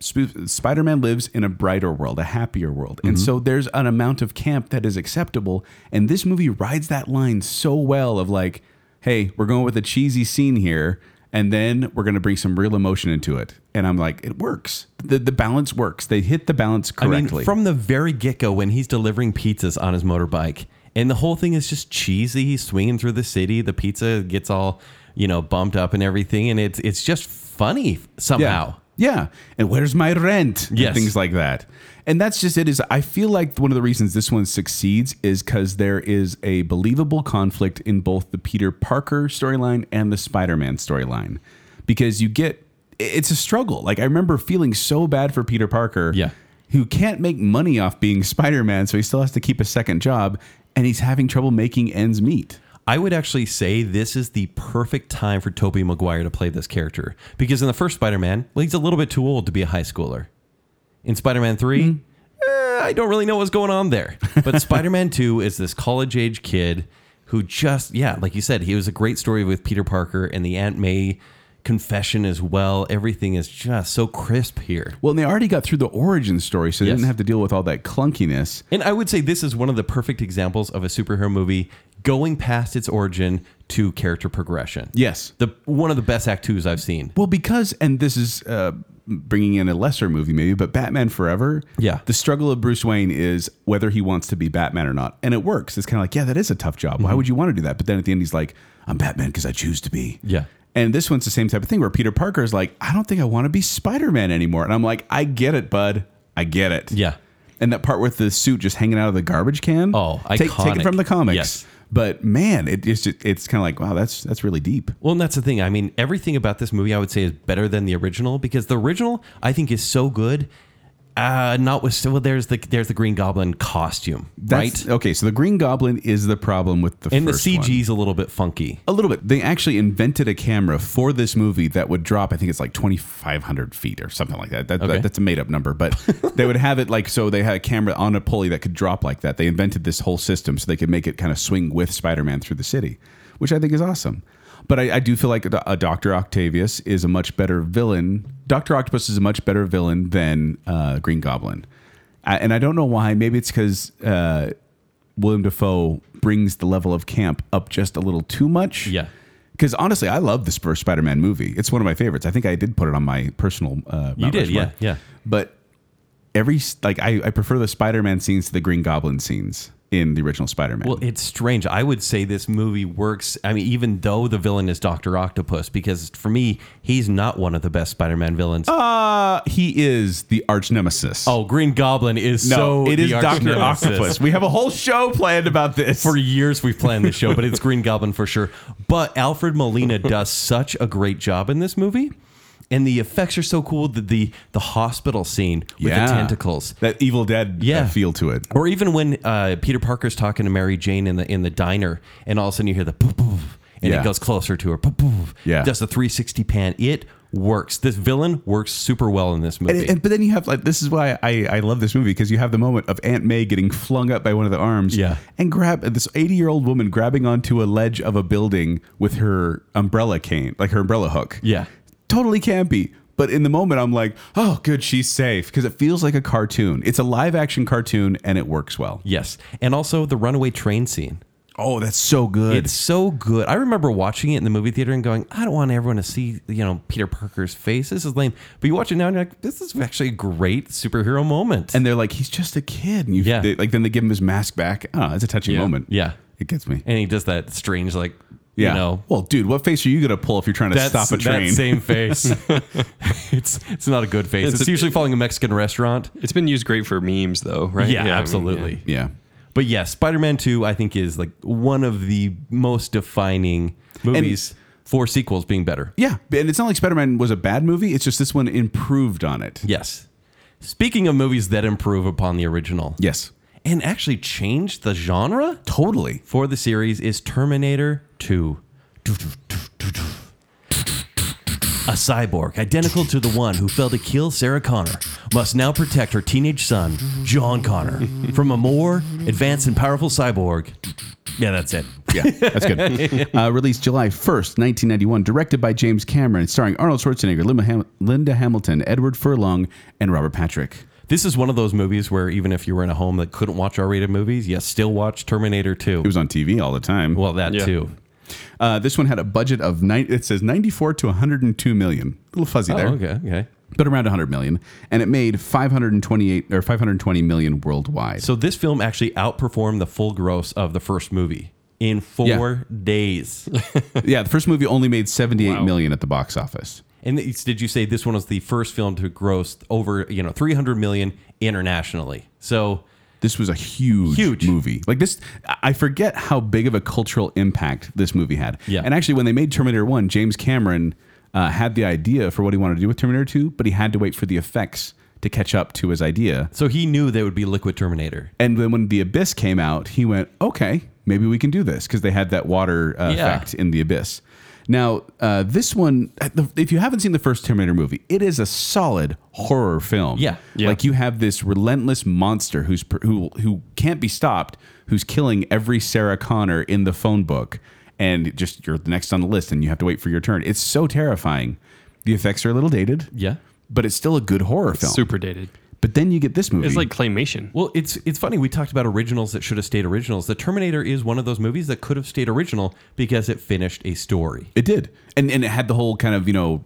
Sp- Spider-Man lives in a brighter world, a happier world. Mm-hmm. And so there's an amount of camp that is acceptable, and this movie rides that line so well of like, hey, we're going with a cheesy scene here, and then we're going to bring some real emotion into it. And I'm like, it works. The the balance works. They hit the balance I correctly. mean, from the very get go, when he's delivering pizzas on his motorbike, and the whole thing is just cheesy. He's swinging through the city. The pizza gets all you know bumped up and everything, and it's it's just funny somehow. Yeah. Yeah. And where's my rent? And Yes. things like that. And that's just it is I feel like one of the reasons this one succeeds is cuz there is a believable conflict in both the Peter Parker storyline and the Spider-Man storyline. because you get it's a struggle. Like I remember feeling so bad for Peter Parker, Yeah. who can't make money off being Spider Man, so he still has to keep a second job, and he's having trouble making ends meet. I would actually say this is the perfect time for Tobey Maguire to play this character because in the first Spider-Man, well, he's a little bit too old to be a high schooler. In Spider-Man 3, eh, I don't really know what's going on there. But Spider-Man 2 is this college-age kid who just yeah, like you said, he was a great story with Peter Parker and the Aunt May confession as well. Everything is just so crisp here. Well, and they already got through the origin story, so they Yes. didn't have to deal with all that clunkiness. And I would say this is one of the perfect examples of a superhero movie going past its origin to character progression. Yes. The one of the best act twos I've seen. Well, because and this is uh, bringing in a lesser movie maybe, but Batman Forever. Yeah. the struggle of Bruce Wayne is whether he wants to be Batman or not, and it works. It's kind of like, yeah, that is a tough job. Mhm. Why would you want to do that? But then at the end, he's like, I'm Batman because I choose to be. Yeah. And this one's the same type of thing where Peter Parker is like, I don't think I want to be Spider Man anymore, and I'm like, I get it, bud. I get it. Yeah. And that part with the suit just hanging out of the garbage can. Oh, take, take it iconic. from the comics. Yes. But man, it, it's just, it's kind of like, wow, that's that's really deep. Well, and that's the thing. I mean, everything about this movie I would say is better than the original because the original I think is so good. Uh, not with well, there's the there's the Green Goblin costume, That's, right? Okay, so the Green Goblin is the problem with the And the first one. CG's a little bit funky. A little bit. They actually invented a camera for this movie that would drop. I think it's like twenty five hundred feet or something like that. That, Okay. that- that's a made up number, but they would have it like so. They had a camera on a pulley that could drop like that. They invented this whole system so they could make it kind of swing with Spider Man through the city, which I think is awesome. But I, I do feel like a, Doctor Octavius is a much better villain. Doctor Octopus is a much better villain than uh, Green Goblin, I, and I don't know why. Maybe it's because. Uh, William Defoe brings the level of camp up just a little too much. Yeah. Because honestly, I love this first Spider-Man movie. It's one of my favorites. I think I did put it on my personal. Uh, You Mount did, Rushmore. yeah, yeah. But every like, I, I prefer the Spider-Man scenes to the Green Goblin scenes in the original Spider-Man. Well, it's strange. I would say this movie works. I mean, even though the villain is Doctor Octopus, because for me, he's not one of the best Spider-Man villains. Oh, uh, he is the arch nemesis. Green Goblin is no, Oh, so. it the is arch Doctor nemesis. Octopus. We have a whole show planned about this. for years we've planned the show, but it's Green Goblin for sure. But Alfred Molina does such a great job in this movie. And the effects are so cool. The the, the hospital scene with Yeah. the tentacles. that Evil Dead uh, Yeah. feel to it. Or even when uh, Peter Parker's talking to Mary Jane in the in the diner, and all of a sudden you hear the poof poof, and Yeah. it goes closer to her. Poof poof. Yeah. Does the 360 pan. It works. This villain works super well in this movie. And, and- but then you have like this is why I, I love this movie because you have the moment of Aunt May getting flung up by one of the arms, Yeah. and grab this eighty year old woman grabbing onto a ledge of a building with her umbrella cane, like her umbrella hook. yeah. totally campy. But in the moment, I'm like, oh, good, she's safe because it feels like a cartoon. It's a live action cartoon, and it works well. Yes. And also the runaway train scene. Oh, that's so good. It's so good. I remember watching it in the movie theater and going, I don't want everyone to see, you know, Peter Parker's face. This is lame. But you watch it now and you're like, this is actually a great superhero moment. and they're like, he's just a kid, and you Yeah. they, like then they give him his mask back. Ah, it's a touching Yeah. moment. Yeah. it gets me. and he does that strange, like, Yeah. you know, well, dude, what face are you gonna pull if you're trying to that's- stop a train? That same face. it's it's not a good face. It's, It's a- usually following a Mexican restaurant. It's been used great for memes, though, right? Yeah, I mean, absolutely. yeah. But yeah, Spider-Man 2 I think is like one of the most defining movies for sequels being better. Yeah, and it's not like Spider Man was a bad movie. It's just this one improved on it. Yes. Speaking of movies that improve upon the original. Yes, and actually changed the genre totally. for the series is Terminator 2. A cyborg identical to the one who fell to kill Sarah Connor must now protect her teenage son, John Connor, from a more advanced and powerful cyborg. Yeah, that's it. Yeah, that's good. uh, released July first, nineteen ninety one. Directed by James Cameron, starring Arnold Schwarzenegger, Linda, Ham- Linda Hamilton, Edward Furlong, and Robert Patrick. This is one of those movies where even if you were in a home that couldn't watch R-rated movies, you still watch Terminator 2. It was on TV all the time. well, that Yeah. too. uh, this one had a budget of nine. It says ninety four to one hundred and two million. A little fuzzy there, Oh, okay, okay. but around one hundred million, and it made five hundred and twenty eight or five hundred twenty million worldwide. So this film actually outperformed the full gross of the first movie in 4 days. yeah, the first movie only made seventy eight million at the box office. And it's- did you say this one was the first film to gross over you know 300 million internationally? So This was a huge, Huge. movie. Like this, I forget how big of a cultural impact this movie had. Yeah. And actually, when they made Terminator One, James Cameron uh, had the idea for what he wanted to do with Terminator 2, but he had to wait for the effects to catch up to his idea. So he knew they would be Liquid Terminator. And then when The Abyss came out, he went, okay, maybe we can do this because they had that water uh, Yeah. effect in The Abyss. Now, uh, this one, the- if you haven't seen the first Terminator movie, it is a solid horror film. Yeah. Yeah. Like you have this relentless monster who's pr- who who can't be stopped, who's killing every Sarah Connor in the phone book, and just you're next on the list, and you have to wait for your turn. It's so terrifying. The effects are a little dated. Yeah. But it's still a good horror film. Super dated. But then you get this movie. It's like claymation. Well, it's it's funny we talked about originals that should have stayed originals. The Terminator is one of those movies that could have stayed original because it finished a story. It did, and and it had the whole kind of you know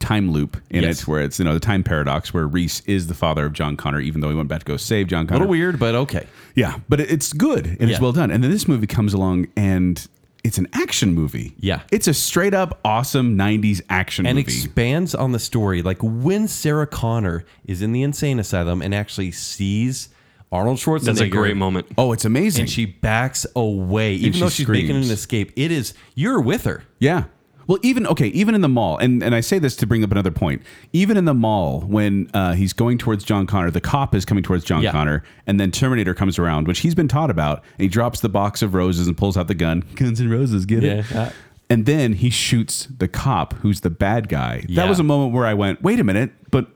time loop in Yes. it, where it's you know the time paradox, where Reese is the father of John Connor, even though he went back to go save John A Connor. little weird, but okay. Yeah, but it- it's good Yeah. and it's well done. And then this movie comes along and. It's an action movie. Yeah. It's a straight up awesome 90s action And movie. expands on the story. Like when Sarah Connor is in the insane asylum and actually sees Arnold Schwarzenegger. That's a great moment. oh, it's amazing. And she backs away, even she though she's making screams. an escape. It is you're with her. Yeah. Well, even okay, even in the mall, and and I say this to bring up another point. Even in the mall, when uh, he's going towards John Connor, the cop is coming towards John Yeah. Connor, and then Terminator comes around, which he's been taught about, and he drops the box of roses and pulls out the gun. Guns and roses, get it? Yeah. And then he shoots the cop, who's the bad guy. That Yeah. was a moment where I went, wait a minute, but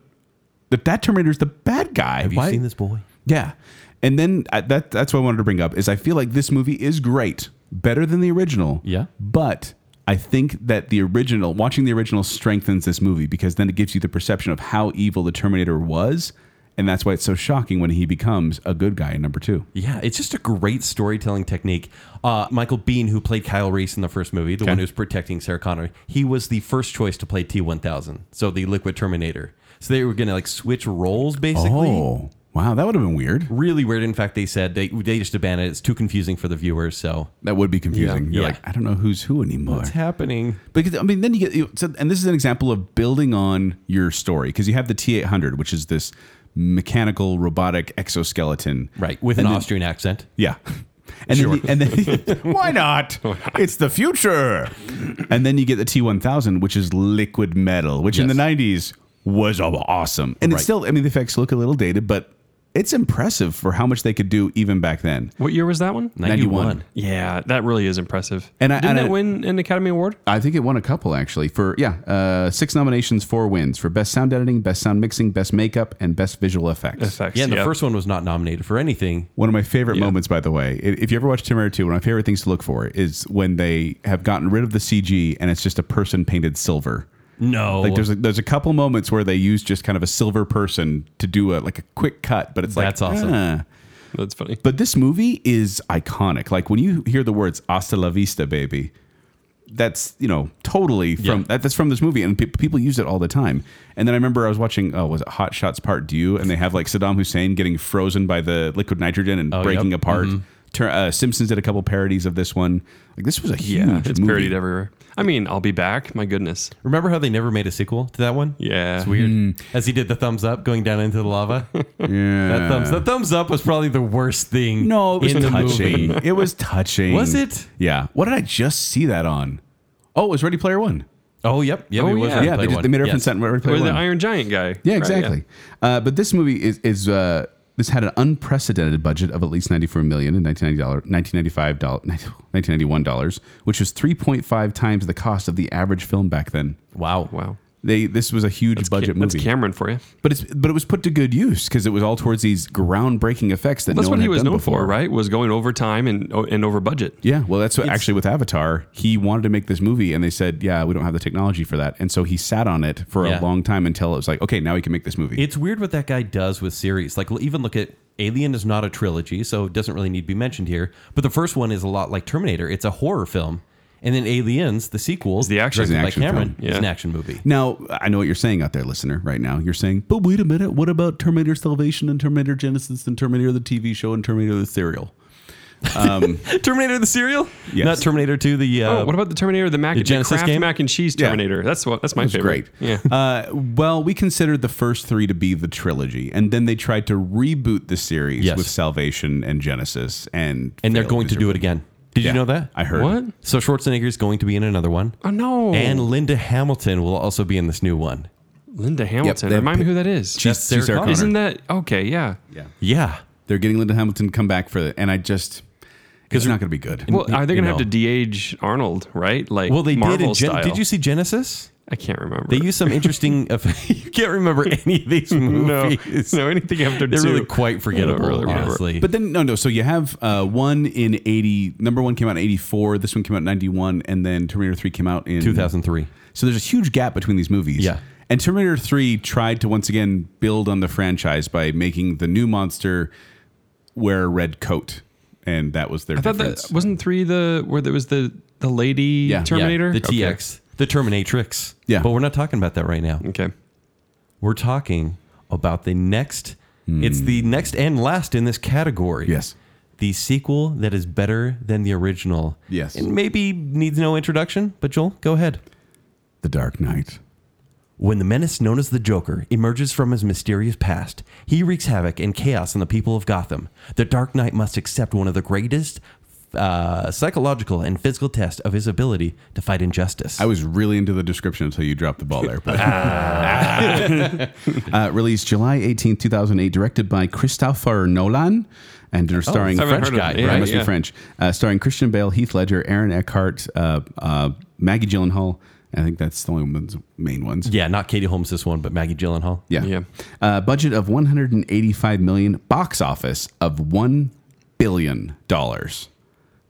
if that Terminator's the bad guy, Have you why- seen this boy? yeah, and then I, that that's what I wanted to bring up is I feel like this movie is great, better than the original. Yeah. but I think that the original, watching the original, strengthens this movie because then it gives you the perception of how evil the Terminator was, and that's why it's so shocking when he becomes a good guy in number two. Yeah, it's just a great storytelling technique. Uh, Michael Bean, who played Kyle Reese in the first movie, the one who's protecting Sarah Connor, he was the first choice to play T1000, so the Liquid Terminator. So they were going to like switch roles basically. Oh, wow, that would have been weird. Really weird. In fact, they said they, they just abandoned it. It's too confusing for the viewers. So That would be confusing. You're yeah. like, I don't know who's who anymore. happening? Because I mean, then you get you- so, and this is an example of building on your story because you have the T eight hundred, which is this mechanical robotic exoskeleton, Right, with And an then- Austrian accent. Yeah. And Sure. then, you- and then why not? It's the future. And then you get the T1000, which is liquid metal, which in the Yes. 90s was aw- awesome. And it's Right. still, I mean, the effects look a little dated, but it's impressive for how much they could do even back then. What year was that one? 91. 91. Yeah, that really is impressive. And I- didn't and that I- win an Academy Award? I think it won a couple actually for yeah, uh, six nominations, four wins for best sound editing, best sound mixing, best makeup, and best visual effects. Effects. Yeah, and the first one was not nominated for anything. One of my favorite moments, by the way, i- if you ever watch Terminator 2, one of my favorite things to look for is when they have gotten rid of the CG and it's just a person painted silver. No. Like there's a, there's a couple moments where they use just kind of a silver person to do a like a quick cut, but it's like That's awesome. ah. That's funny. But this movie is iconic. Like when you hear the words "Hasta la vista, baby," that's you know totally from Yeah. that, that's from this movie, and pe- people use it all the time. And then I remember I was watching oh was it Hot Shots Part Due, and they have like Saddam Hussein getting frozen by the liquid nitrogen and Oh, breaking yep. apart. Tur- uh, Simpsons did a couple parodies of this one. Like this was a huge Yeah, it's movie. parodied everywhere. I mean, I'll be back. My goodness. Remember how they never made a sequel to that one? Yeah. It's weird. As he did the thumbs up going down into the lava. Yeah. That thumbs, the thumbs up was probably the worst thing. No, it was in the touching. movie. It was touching. Was it? Yeah. What did I just see that on? Oh, it was Ready Player One. Oh, yep, yep. Oh, it was yeah. Ready yeah, they, Player just, One. they made a reference Yes. to Ready Player Or the One. Iron Giant guy. yeah, right? exactly. Uh, but this movie is is uh, this had an unprecedented budget of at least ninety four million in nineteen ninety dollars, nineteen ninety five dollars, nineteen ninety one dollars, which was three point five times the cost of the average film back then. Wow. Wow. They this was a huge That's budget Ca- movie, That's Cameron for you. but it's but it was put to good use because it was all towards these groundbreaking effects that That's no what one he had was done known before. for, right? Was going over time and o- and over budget. Yeah, well, that's what actually with Avatar, he wanted to make this movie, and they said, "Yeah, we don't have the technology for that," and so he sat on it for Yeah. a long time until it was like, "Okay, now we can make this movie." It's weird what that guy does with series. Like, l- even look at Alien is not a trilogy, so it doesn't really need to be mentioned here. But the first one is a lot like Terminator. It's a horror film, and then Aliens, the sequel, the action- directed It's an by action Cameron, film. is an Yeah. action movie. now, I know what you're saying out there, listener, right now. You're saying, "But wait a minute, what about Terminator Salvation and Terminator Genesis and Terminator the TV show and Terminator the serial?" Terminator the serial, Yes. not Terminator Two. The uh, oh, what about the Terminator, the mac, The the, Genesis Kraft game? mac and cheese Yeah. Terminator? That's what. That's my was favorite. great. Yeah. Uh, well, we considered the first three to be the trilogy, and then they tried to reboot the series Yes. with Salvation and Genesis, and and they're failed going to do it miserably. again. Did Yeah, you know that? I heard. What? So Schwarzenegger's going to be in another one. Oh no, And Linda Hamilton will also be in this new one. Linda Hamilton. they- Remind me who that is. She's, That's she's Sarah Sarah Connor. Connor. Isn't that okay? Yeah. Yeah. Yeah. They're getting Linda Hamilton come back for it, and I just it's Because- not going to be good. Well, are they you going to have know. to de-age Arnold? Right? Like Well, they Marvel did. In Gen- style. did you see Genesis? I can't remember. They use some interesting. eff- you can't remember any of these no, movies. no, anything after They're two. really quite forgettable, really remember. honestly. But then no, no. So you have uh, one in eighty. Number one came out in eighty four. This one came out in ninety one, and then Terminator three came out in 2003. So there's a huge gap between these movies. Yeah. And Terminator three tried to once again build on the franchise by making the new monster wear a red coat, and that was their I thought difference. that wasn't three the where there was the the lady Yeah. Terminator Yeah, the Okay. TX, the Terminatrix. Yeah. But we're not talking about that right now. Okay. We're talking about the next. It's the next and last in this category. Yes. The sequel that is better than the original. Yes. And maybe needs no introduction, but Joel, go ahead. the Dark Knight. When the menace known as the Joker emerges from his mysterious past, he wreaks havoc and chaos on the people of Gotham. The Dark Knight must accept one of the greatest uh, psychological and physical tests of his ability to fight injustice. I was really into the description until you dropped the ball there. But. Ah. uh, released July 18th, 2008, directed by Christopher Nolan and starring Oh, haven't French heard of guy, it. Yeah, right? Must yeah. be French. Uh, starring Christian Bale, Heath Ledger, Aaron Eckhart, uh, uh, Maggie Gyllenhaal. I think that's the only ones, main ones. yeah, not Katie Holmes this one, but Maggie Gyllenhaal. Yeah. Yeah. Uh, budget of 185 million, box office of 1 billion dollars.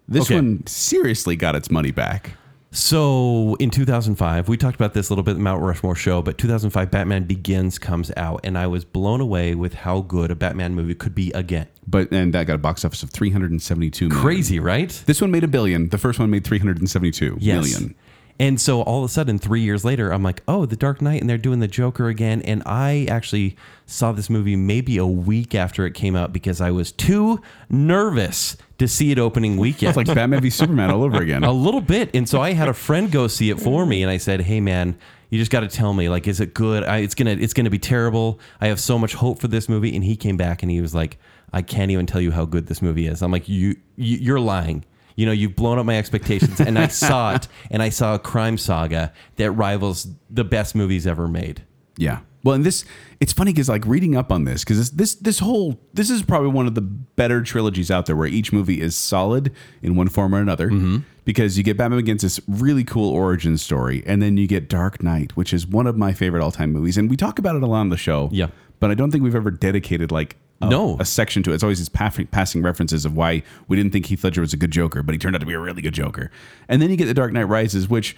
This Okay. one seriously got its money back. So in 2005, we talked about this a little bit in the Mount Rushmore show, but 2005 Batman Begins comes out, and I was blown away with how good a Batman movie could be again. But and that got a box office of 372 million. Crazy, right? This one made a billion. The first one made three hundred and seventy-two million. Yes. And so all of a sudden, three years later, I'm like, oh, The Dark Knight, and they're doing The Joker again. And I actually saw this movie maybe a week after it came out because I was too nervous to see it opening weekend. It's like Batman v Superman all over again. a little bit. And so I had a friend go see it for me, and I said, "Hey, man, you just got to tell me, like, is it good? I, it's gonna, it's gonna be terrible. I have so much hope for this movie." And he came back and he was like, "I can't even tell you how good this movie is." I'm like, "You, you you're lying." You know, you've blown up my expectations, and I saw it, and I saw a crime saga that rivals the best movies ever made. Yeah. Well, and this it's funny because like reading up on this because this, this this whole this is probably one of the better trilogies out there where each movie is solid in one form or another Mm-hmm. because you get Batman Begins this really cool origin story and then you get Dark Knight which is one of my favorite all time movies and we talk about it a lot on the show Yeah. but I don't think we've ever dedicated like a, No. a section to it it's always these paff- passing references of why we didn't think Heath Ledger was a good Joker but he turned out to be a really good Joker and then you get the Dark Knight Rises which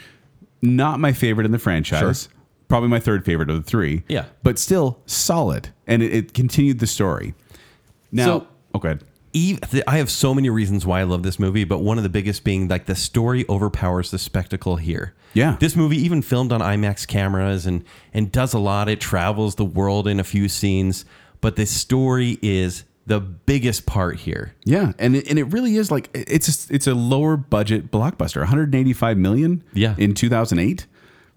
not my favorite in the franchise probably my third favorite of the three. Yeah. But still solid. And it, it continued the story. Now, So- oh, go ahead. Eve, th- I have so many reasons why I love this movie, but one of the biggest being like the story overpowers the spectacle here. Yeah. this movie even filmed on IMAX cameras and and does a lot. It travels the world in a few scenes, but the story is the biggest part here. Yeah. And it, and it really is like, it- it's a, it's a lower budget blockbuster, 185 million Yeah. in 2008.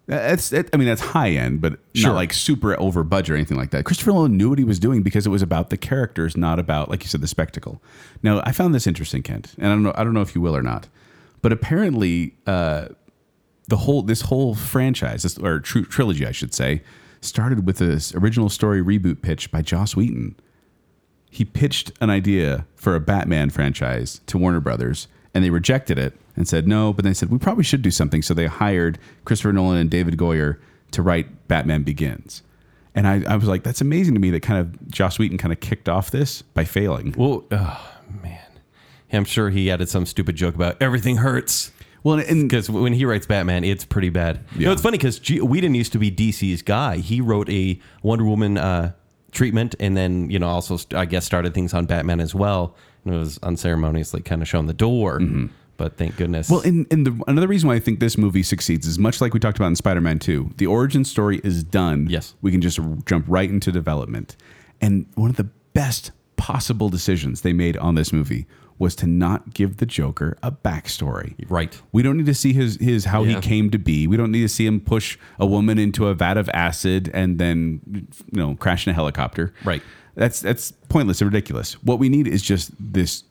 That's, that, I mean, that's high end, but Sure. not like super over budget or anything like that. Christopher Nolan knew what he was doing because it was about the characters, not about, like you said, the spectacle. Now, I found this interesting, Kent, and I don't know, I don't know if you will or not, but apparently, uh, the whole this whole franchise this, or tr- trilogy, I should say, started with this original story reboot pitch by Joss Wheaton. He pitched an idea for a Batman franchise to Warner Brothers, and they rejected it and said no. But they said we probably should do something, so they hired Christopher Nolan and David Goyer to write Batman Begins. And I, I was like, that's amazing to me that kind of Joss Wheaton kind of kicked off this by failing. Well, oh man, I'm sure he added some stupid joke about everything hurts. Well, and because when he writes Batman, it's pretty bad. No, it's funny because G- Whedon used to be DC's guy. He wrote a Wonder Woman uh, treatment, and then you know also st- I guess started things on Batman as well, and it was unceremoniously kind of shown the door. But thank goodness. Mm-hmm. Well, and, and the, another reason why I think this movie succeeds is much like we talked about in Spider Man 2, the origin story is done. Yes. We can just jump right into development. And one of the best possible decisions they made on this movie was to not give the Joker a backstory. right. We don't need to see his his how Yeah. he came to be. We don't need to see him push a woman into a vat of acid and then you know crash in a helicopter. Right. That's that's pointless and ridiculous. What we need is just this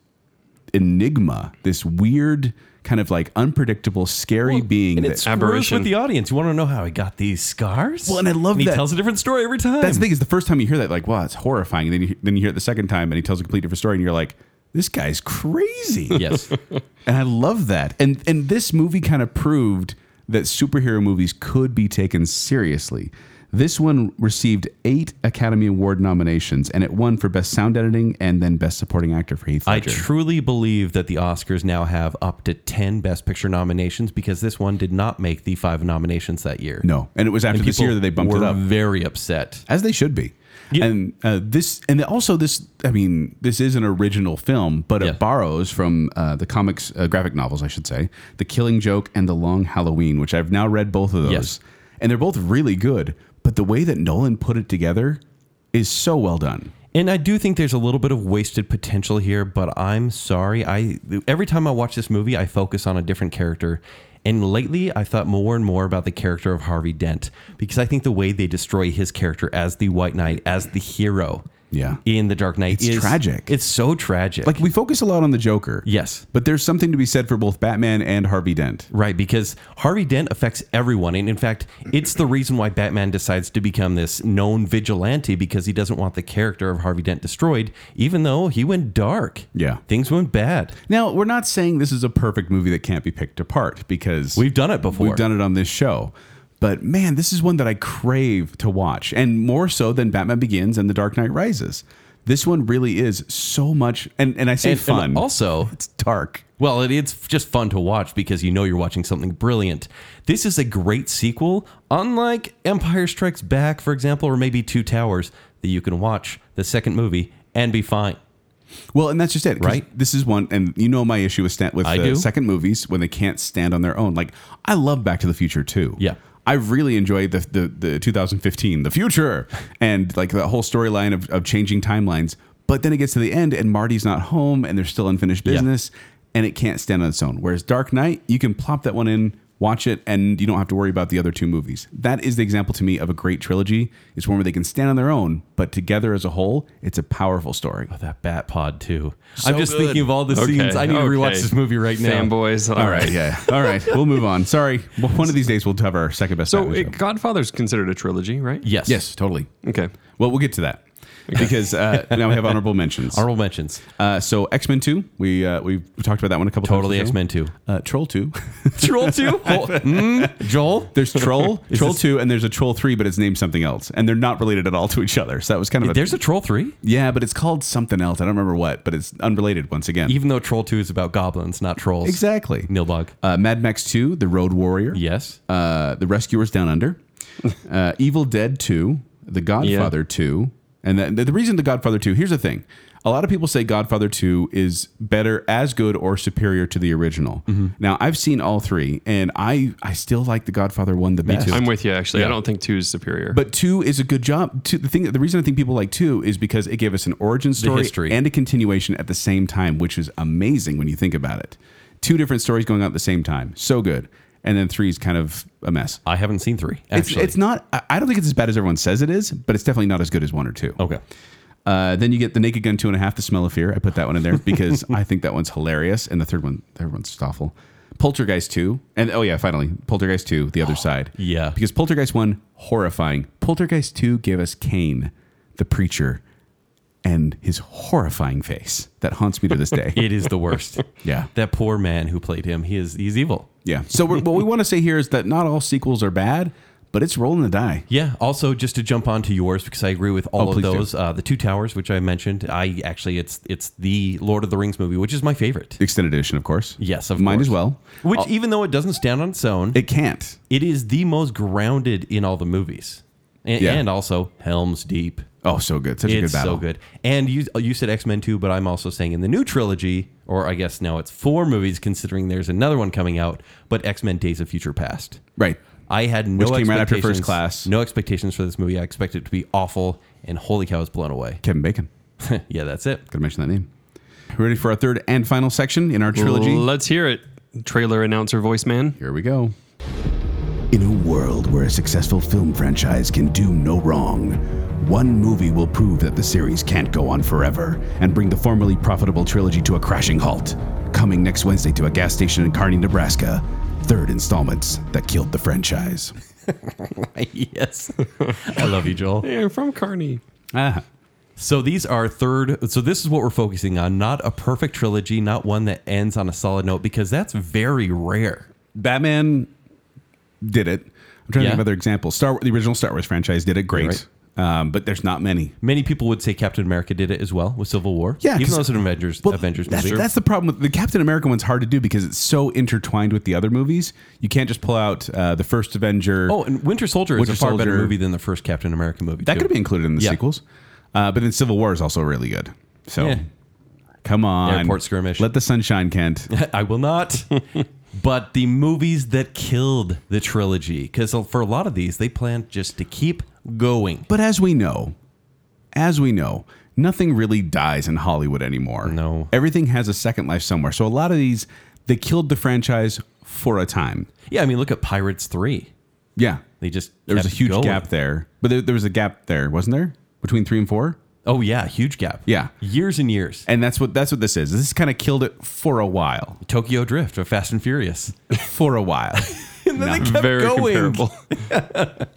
enigma, this weird kind of like unpredictable, scary being. And that- it screws Aberration. with the audience. You want to know how he got these scars? Well, and I love he that- tells a different story every time. That's the thing is the first time you hear that, like, wow, it's horrifying. And then you, then you hear it the second time, and he tells a completely different story, and you're like, this guy's crazy. Yes. and I love that. And and this movie kind of proved that superhero movies could be taken seriously. This one received eight Academy Award nominations, and it won for Best Sound Editing and then Best Supporting Actor for Heath I Ledger. truly believe that the Oscars now have up to 10 Best Picture nominations because this one did not make the five nominations that year. no, and it was after And this people year that they bumped were it up. very upset. as they should be. Yeah. And uh, this, and also this, I mean, this is an original film, but Yeah. it borrows from uh, the comics, uh, graphic novels, I should say, The Killing Joke and The Long Halloween, which I've now read both of those, Yes. and they're both really good. But the way that Nolan put it together is so well done. And I do think there's a little bit of wasted potential here, but I'm sorry. I every time I watch this movie, I focus on a different character. And lately, I've thought more and more about the character of Harvey Dent because I think the way they destroy his character as the White Knight, as the hero, Yeah. in the Dark Knight, It's is tragic. It's so tragic. Like we focus a lot on the Joker, Yes. but there's something to be said for both Batman and Harvey Dent. Right, because Harvey Dent affects everyone. And in fact, it's the reason why Batman decides to become this known vigilante because he doesn't want the character of Harvey Dent destroyed, even though he went dark. Yeah. Things went bad. Now, we're not saying this is a perfect movie that can't be picked apart because We've done it before. We've done it on this show. But man, this is one that I crave to watch, and more so than Batman Begins and The Dark Knight Rises. This one really is so much, and, and I say And- and fun. also- it's dark. Well, it, it's just fun to watch because you know you're watching something brilliant. This is a great sequel, unlike Empire Strikes Back, for example, or maybe Two Towers, that you can watch the second movie and be fine. Well, and that's just it, 'cause Right. This is one, and you know my issue with stand, with I the do. second movies when they can't stand on their own. Like I love Back to the Future too. Yeah. I really enjoyed the the, the 2015, the future, and like the whole storyline of, of changing timelines. But then it gets to the end, and Marty's not home, and there's still unfinished Yeah. business, and it can't stand on its own. Whereas Dark Knight, you can plop that one in. Watch it, and you don't have to worry about the other two movies. That is the example to me of a great trilogy. It's one where they can stand on their own, but together as a whole, it's a powerful story. That Bat Pod, too. So I'm just good. thinking of all the Okay, scenes. I need to rewatch okay. this movie right now. Fanboys. All right, yeah. All right, we'll move on. Sorry. Well, one of these days we'll have our second best. So Batman show. it, Godfather's considered a trilogy, right? Yes. yes, totally. Okay. Well, we'll get to that because uh, now we have honorable mentions. Honorable mentions. Uh, so X Men Two, we uh, we talked about that one a couple. Totally times. X Men 2. Uh, Troll Two. Troll 2? Joel? there's Troll Is Troll this- Two, and there's a Troll Three, but it's named something else, and they're not related at all to each other. So that was kind of a, There's a Troll 3? yeah, but it's called something else. I don't remember what, but it's unrelated once again. Even though Troll 2 is about goblins, not trolls. exactly. Nilbog. Uh, Mad Max Two, The Road Warrior. Yes. uh, The Rescuers Down Under, uh, Evil Dead 2, The Godfather 2. And the, the reason The Godfather 2, here's the thing. A lot of people say Godfather 2 is better, as good, or superior to the original. Mm-hmm. Now, I've seen all three, and I, I still like The Godfather 1 the best. I'm with you, actually. I don't think two is superior. But two is a good job. Two, the thing, the reason I think people like two is because it gave us an origin story history. and a continuation at the same time, which is amazing when you think about it. Two different stories going on at the same time, so good. And then three is kind of a mess. I haven't seen 3, It's, actually. it's not. I- I don't think it's as bad as everyone says it is, but it's definitely not as good as one or two. okay. Uh, then you get the Naked Gun two and a half, the Smell of Fear. I put that one in there because I think that one's hilarious, and the third one, the third one's just awful. Poltergeist two, and oh yeah, finally Poltergeist two, the other side. yeah. because Poltergeist one horrifying. Poltergeist two gave us Kane, the preacher, and his horrifying face that haunts me to this day. It is the worst. Yeah. That poor man who played him, he is he's evil. yeah. So we're, what we want to say here is that not all sequels are bad, but it's rolling the die. Yeah. Also, just to jump onto yours because I agree with all Oh, of please do. those. Uh, the Two Towers, which I mentioned, I actually it's it's the Lord of the Rings movie, which is my favorite. Extended edition, of course. Yes, of mine course. as well. Uh, Oh, Which, even though it doesn't stand on its own, It can't. it is the most grounded in all the movies, and, Yeah. and also Helm's Deep. Oh, so good. Such a good It's battle. so good. And you uh, you said X Men two, but I'm also saying in the new trilogy, or I guess now it's four movies, considering there's another one coming out. But X Men Days of Future Past. Right. I had no Which came right after expectations- First Class. No expectations for this movie. I expected it to be awful, and holy cow, I was blown away. Kevin Bacon. yeah, that's it. Gotta mention that name. Ready for our third and final section in our trilogy? Let's hear it. Trailer announcer voice man. Here we go. In a world where a successful film franchise can do no wrong, One movie will prove that the series can't go on forever and bring the formerly profitable trilogy to a crashing halt. Coming next Wednesday to a gas station in Kearney, Nebraska, third installments that killed the franchise. yes. I love you, Joel. Hey, I'm from Kearney. Ah, So these are third. So this is what we're focusing on. Not a perfect trilogy, not one that ends on a solid note, because that's very rare. Batman did it. I'm trying to Yeah. think of other examples. Star Wars, the original Star Wars franchise did it great, um, but there's not many. Many people would say Captain America did it as well with Civil War. Yeah, even 'cause- though it's an Avengers Avengers that's, movie. that's the problem with the Captain America one's hard to do because it's so intertwined with the other movies. You can't just pull out uh, the first Avenger. oh, and Winter Soldier Winter is a far better Soldier. movie than the first Captain America movie. that too. could be included in the Yeah. sequels. Uh, but then Civil War is also really good. So Yeah. come on, Airport skirmish. Let the sunshine, Kent. I will not. but the movies that killed the trilogy, because for a lot of these, they planned just to keep going. But as we know, as we know, nothing really dies in Hollywood anymore. No. Everything has a second life somewhere. So a lot of these, they killed the franchise for a time. Yeah, I mean, look at Pirates Three. Yeah. They just There was a kept huge going. gap there. But there, there was a gap there, wasn't there? Between three and four? Oh yeah, huge gap. Yeah. years and years. And that's what that's what this is. This kind of killed it for a while. Tokyo Drift or Fast and Furious. For a while. and then they kept Very going. comparable.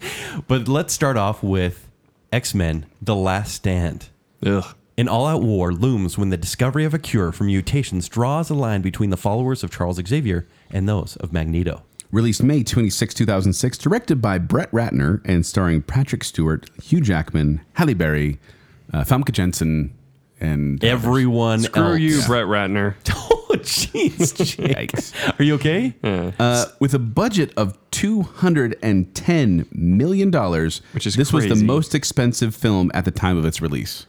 But let's start off with X Men: The Last Stand. Ugh. An all out war looms when the discovery of a cure for mutations draws a line between the followers of Charles Xavier and those of Magneto. Released May 26, 2006, directed by Brett Ratner and starring Patrick Stewart, Hugh Jackman, Halle Berry, uh, Famke Jensen, and Everyone Screw else. you, Brett Ratner. oh, jeez. Jake. Yikes. Are you okay? Uh, with a budget of $210 million, Which is this was the crazy. most expensive film at the time of its release.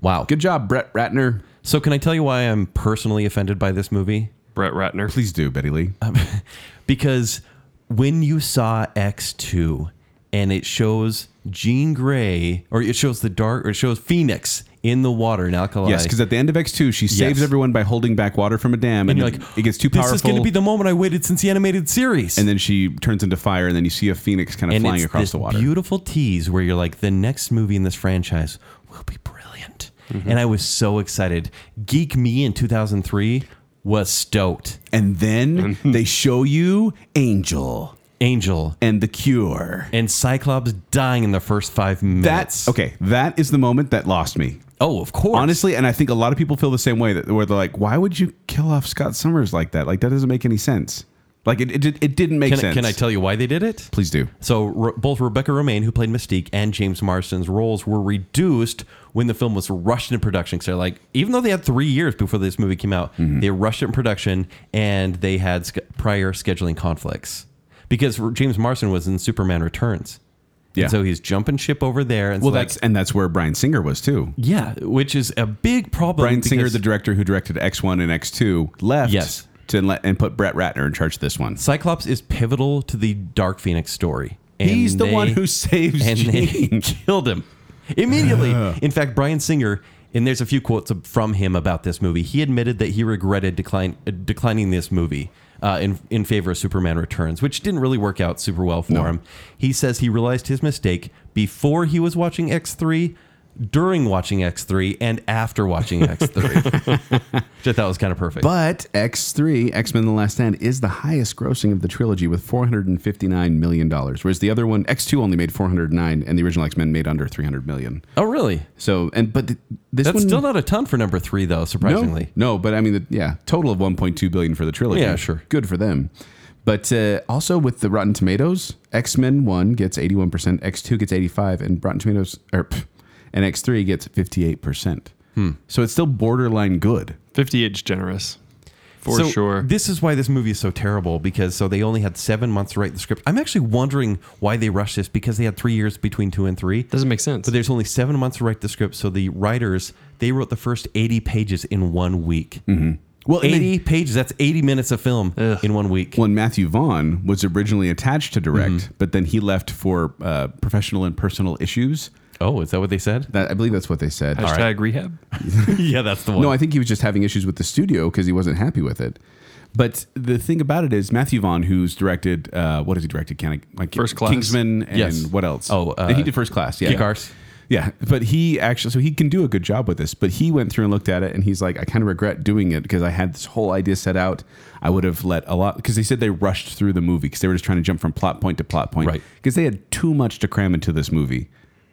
Wow. Good job, Brett Ratner. So, can I tell you why I'm personally offended by this movie? Brett Ratner. Please do, Betty Lee. because when you saw X2 and it shows Jean Grey or it shows the dark or it shows Phoenix in the water in Alkali. yes, because at the end of X2, she saves everyone by holding back water from a dam, and and, you're then like, it gets too powerful. This is going to be the moment I waited since the animated series. and then she turns into fire, and then you see a phoenix kind of And flying it's across this the water. beautiful tease where you're like, the next movie in this franchise will be brilliant. Mm-hmm. And I was so excited. Geek Me in 2003 was stoked. and then they show you Angel Angel and the Cure. and Cyclops dying in the first five minutes. That's okay. That is the moment that lost me. Oh, of course. honestly and i think a lot of people feel the same way that where they're like why would you kill off scott summers like that like that doesn't make any sense like it, it, did- it didn't make Can, I- sense can I tell you why they did it? please do So Re- both Rebecca Romaine, who played Mystique, and James Marston's roles were reduced when the film was rushed into production. So like, even though they had three years before this movie came out, Mm-hmm. they rushed it in production and they had sch- prior scheduling conflicts because R- James Marston was in Superman Returns. yeah And so he's jumping ship over there. And well so like, that's and that's where brian singer was too yeah, which is a big problem. brian singer because the director who directed x1 and x2 left Yes. to let, and put brett ratner in charge of this one Cyclops is pivotal to the Dark Phoenix story. And he's the one they- who saves and they Jean. killed him immediately. In fact, Brian Singer, and there's a few quotes from him about this movie. He admitted that he regretted decline, uh, declining this movie uh, in in favor of Superman Returns, which didn't really work out super well for him. He says he realized his mistake before he was watching X three. During watching X3 and after watching X3, which I thought was kind of perfect. but X3, X Men The Last Stand, is the highest grossing of the trilogy with $459 million, whereas the other one, X2, only made 409 and the original X Men made under $300 million. oh, really? So and but th- this That's one still not a ton for number three, though, surprisingly. No, no, but I mean, the, yeah, total of 1.2 billion for the trilogy. Yeah, sure. good for them. But uh, also with the Rotten Tomatoes, X Men One gets 81 percent, X Two gets 85, and Rotten Tomatoes or pff, and X Three gets 58 percent. Hmm. So it's still borderline good. 58 is generous. For so sure. This is why this movie is so terrible because so they only had seven months to write the script. I'm actually wondering why they rushed this because they had three years between two and three. Doesn't make sense. But there's only seven months to write the script, so the writers they wrote the first 80 pages in one week. Well, and 80 pages. That's 80 minutes of film in one week. When Matthew Vaughn was originally attached to direct, Mm-hmm. but then he left for uh, professional and personal issues. Oh, is that what they said? That I believe that's what they said. Hashtag rehab. yeah, that's the one. No, I think he was just having issues with the studio because he wasn't happy with it. But the thing about it is Matthew Vaughn, who's directed, uh, what has he directed? Can I, like First Class. Kingsman and Yes. what else? Oh, uh, he did First Class. Yeah, Kick Arse. Yeah, but he actually, so he can do a good job with this. But he went through and looked at it, and he's like, I kind of regret doing it because I had this whole idea set out. I would have let a lot because they said they rushed through the movie because they were just trying to jump from plot point to plot point. Right. Because they had too much to cram into this movie.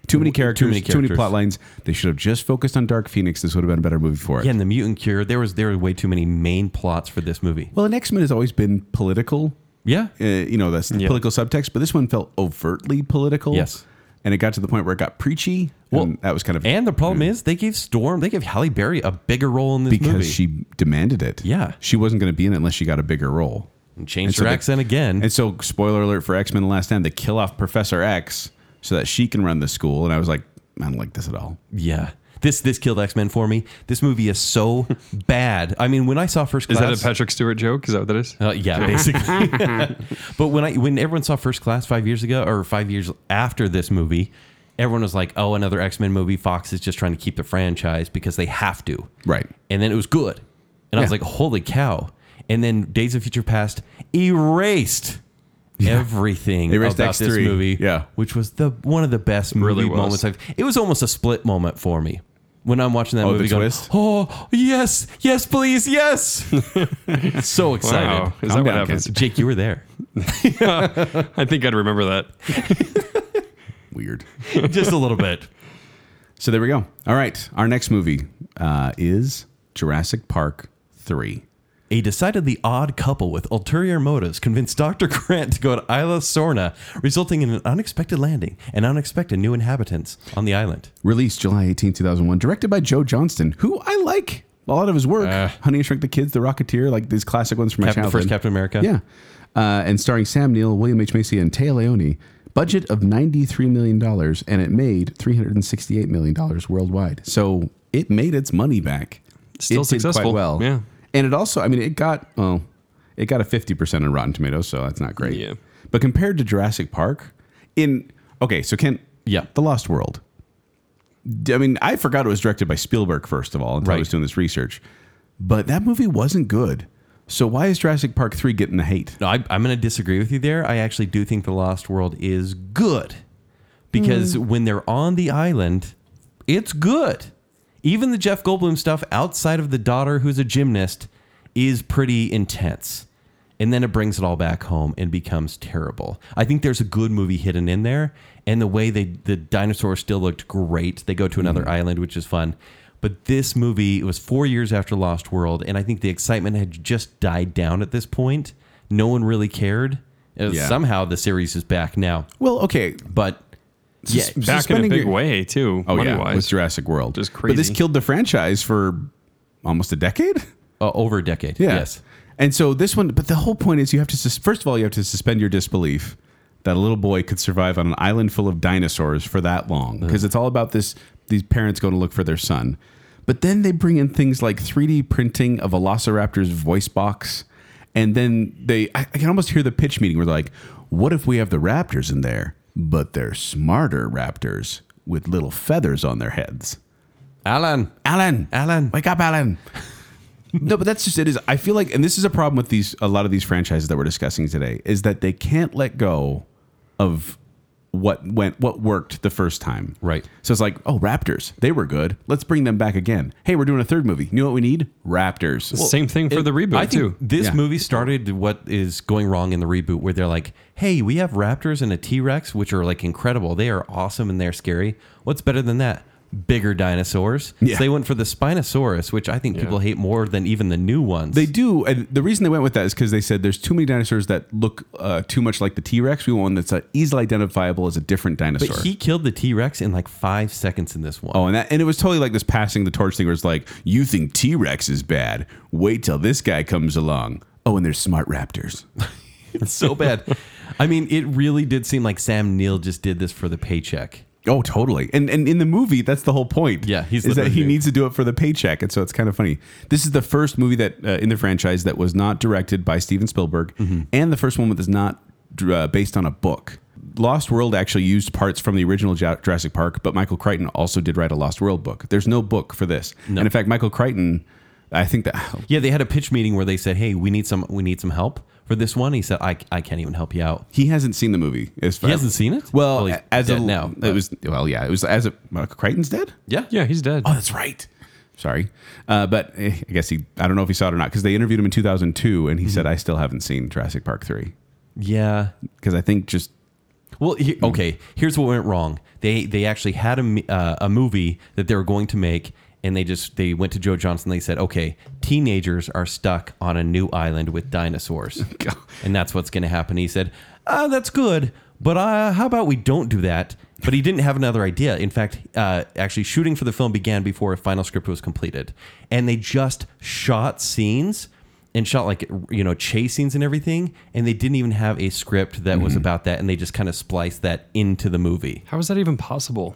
Too many characters, too many, many characters. plot lines. They should have just focused on Dark Phoenix. This would have been a better movie for it. Yeah, and the mutant cure. There was there were way too many main plots for this movie. Well, an X Men has always been political. Yeah, uh, you know, that's the political subtext, but this one felt overtly political. Yes. And it got to the point where it got preachy. Well, Well, that was kind of and the problem is they gave Storm, they gave Halle Berry a bigger role in this because movie. she demanded it. Yeah. She wasn't going to be in it unless she got a bigger role. And changed And so her they- accent again. And so, spoiler alert for X Men: The Last Stand, they kill off Professor X so that she can run the school. And I was like, I don't like this at all. yeah, this this killed X Men for me. This movie is so bad. I mean, when I saw First Is Class, that a Patrick Stewart joke? Is that what that is? Uh, yeah, basically. but when I when everyone saw First Class five years ago or five years after this movie, everyone was like, "Oh, another X Men movie. Fox is just trying to keep the franchise because they have to." Right. And then it was good, and I was Yeah. like, "Holy cow!" And then Days of Future Past erased. Everything Erased about this X3. movie, Yeah. which was the one of the best movie Really was. moments I've. It was almost a split moment for me when I'm watching that Oh, the movie. going, twist? oh yes, yes, please, yes! so excited. Wow. Is Calm that what down, happens? Jake, you were there. I think I'd remember that. Weird. Just a little bit. So there we go. All right. Our next movie uh, is Jurassic Park 3. A decidedly odd couple with ulterior motives convinced Dr. Grant to go to Isla Sorna, resulting in an unexpected landing and unexpected new inhabitants on the island. Released July 18, 2001, directed by Joe Johnston, who I like a lot of his work. Honey, I Shrunk the Kids, The Rocketeer, like these classic ones from my Captain, Uh. the childhood. first Captain America. Yeah. Uh, and starring Sam Neill, William H. Macy, and Taya Leone. Budget of $93 million, and it made $368 million worldwide. So it made its money back. Still It did successful. well. Yeah. And it also, I mean, it got, well, it got a 50% on Rotten Tomatoes, so that's not great. Yeah. But compared to Jurassic Park, in, okay, so Kent, Yeah. The Lost World. D- I mean, I forgot it was directed by Spielberg, first of all, until I Right. was doing this research. But that movie wasn't good. So why is Jurassic Park 3 getting the hate? No, I, I'm going to disagree with you there. I actually do think The Lost World is good because when they're on the island, it's good. Even the Jeff Goldblum stuff outside of the daughter who's a gymnast is pretty intense. And then it brings it all back home and becomes terrible. I think there's a good movie hidden in there. And the way they the dinosaurs still looked great. They go to another island, which is fun. But this movie it was four years after Lost World, and I think the excitement had just died down at this point. No one really cared. Uh, Yeah. Somehow the series is back now, Well, okay. but yeah, Back in a Suspending big your- way, too. Oh, money yeah. wise. With Jurassic World. Just But this crazy. killed the franchise for almost a decade? uh, over a decade. Yes. And so this one, but the whole point is you have to, sus- first of all, you have to suspend your disbelief that a little boy could survive on an island full of dinosaurs for that long because it's all about this, these parents going to look for their son. But then they bring in things like 3D printing of Velociraptor's voice box. And then they, I, I can almost hear the pitch meeting where they're like, what if we have the raptors in there, but they're smarter raptors with little feathers on their heads? Alan. Alan, Alan. wake up, Alan. no, but that's just it. Is I feel like, and this is a problem with these a lot of these franchises that we're discussing today is that they can't let go of what went what worked the first time. Right. So it's like, oh, Raptors, they were good. Let's bring them back again. Hey, we're doing a third movie. You know what we need? Raptors. Same thing for It- the reboot, I think too. This Yeah. movie started what is going wrong in the reboot, where they're like, "Hey, we have raptors and a T Rex, which are like incredible. They are awesome and they're scary. What's better than that? Bigger dinosaurs." Yeah. So they went for the Spinosaurus, which I think people hate more than even the new ones. They do, and the reason they went with that is because they said there's too many dinosaurs that look uh, too much like the T Rex. We want one that's uh, easily identifiable as a different dinosaur. but he killed the T Rex in like five seconds in this one. Oh, and that and it was totally like this passing the torch thing where it's like, you think T Rex is bad. Wait till this guy comes along. Oh, and there's smart raptors. It's so bad. I mean, it really did seem like Sam Neill just did this for the paycheck. Oh, totally. And and in the movie, that's the whole point. Yeah, he's is that he literally- needs to do it for the paycheck, and so it's kind of funny. This is the first movie that uh, in the franchise that was not directed by Steven Spielberg, and the first one that is not uh, based on a book. Lost World actually used parts from the original Ju- Jurassic Park, but Michael Crichton also did write a Lost World book. There's no book for this, and in fact, Michael Crichton, I think that Yeah, they had a pitch meeting where they said, "Hey, we need some we need some help. for this one. He said, I, I can't even help you out. He hasn't seen the movie. As far hasn't seen it? Well, Well, he's as dead a, now, it but- was well, yeah, it was as a uh, Crichton's dead. Yeah. Yeah, he's dead. Oh, that's right. Sorry, uh, but eh, I guess he. I don't know if he saw it or not because they interviewed him in 2002, and he Mm-hmm. said, "I still haven't seen Jurassic Park three Yeah. because I think just Well, he, okay. Here's what went wrong. They they actually had a m- uh, a movie that they were going to make, and they just they went to Joe Johnson. They said, okay, teenagers are stuck on a new island with dinosaurs, and that's what's going to happen. He said, ah, that's good, but uh, how about we don't do that? But he didn't have another idea. In fact, uh, actually, shooting for the film began before a final script was completed, and they just shot scenes and shot like you know chase scenes and everything and they didn't even have a script that Mm-hmm. was about that and they just kind of spliced that into the movie How is that even possible?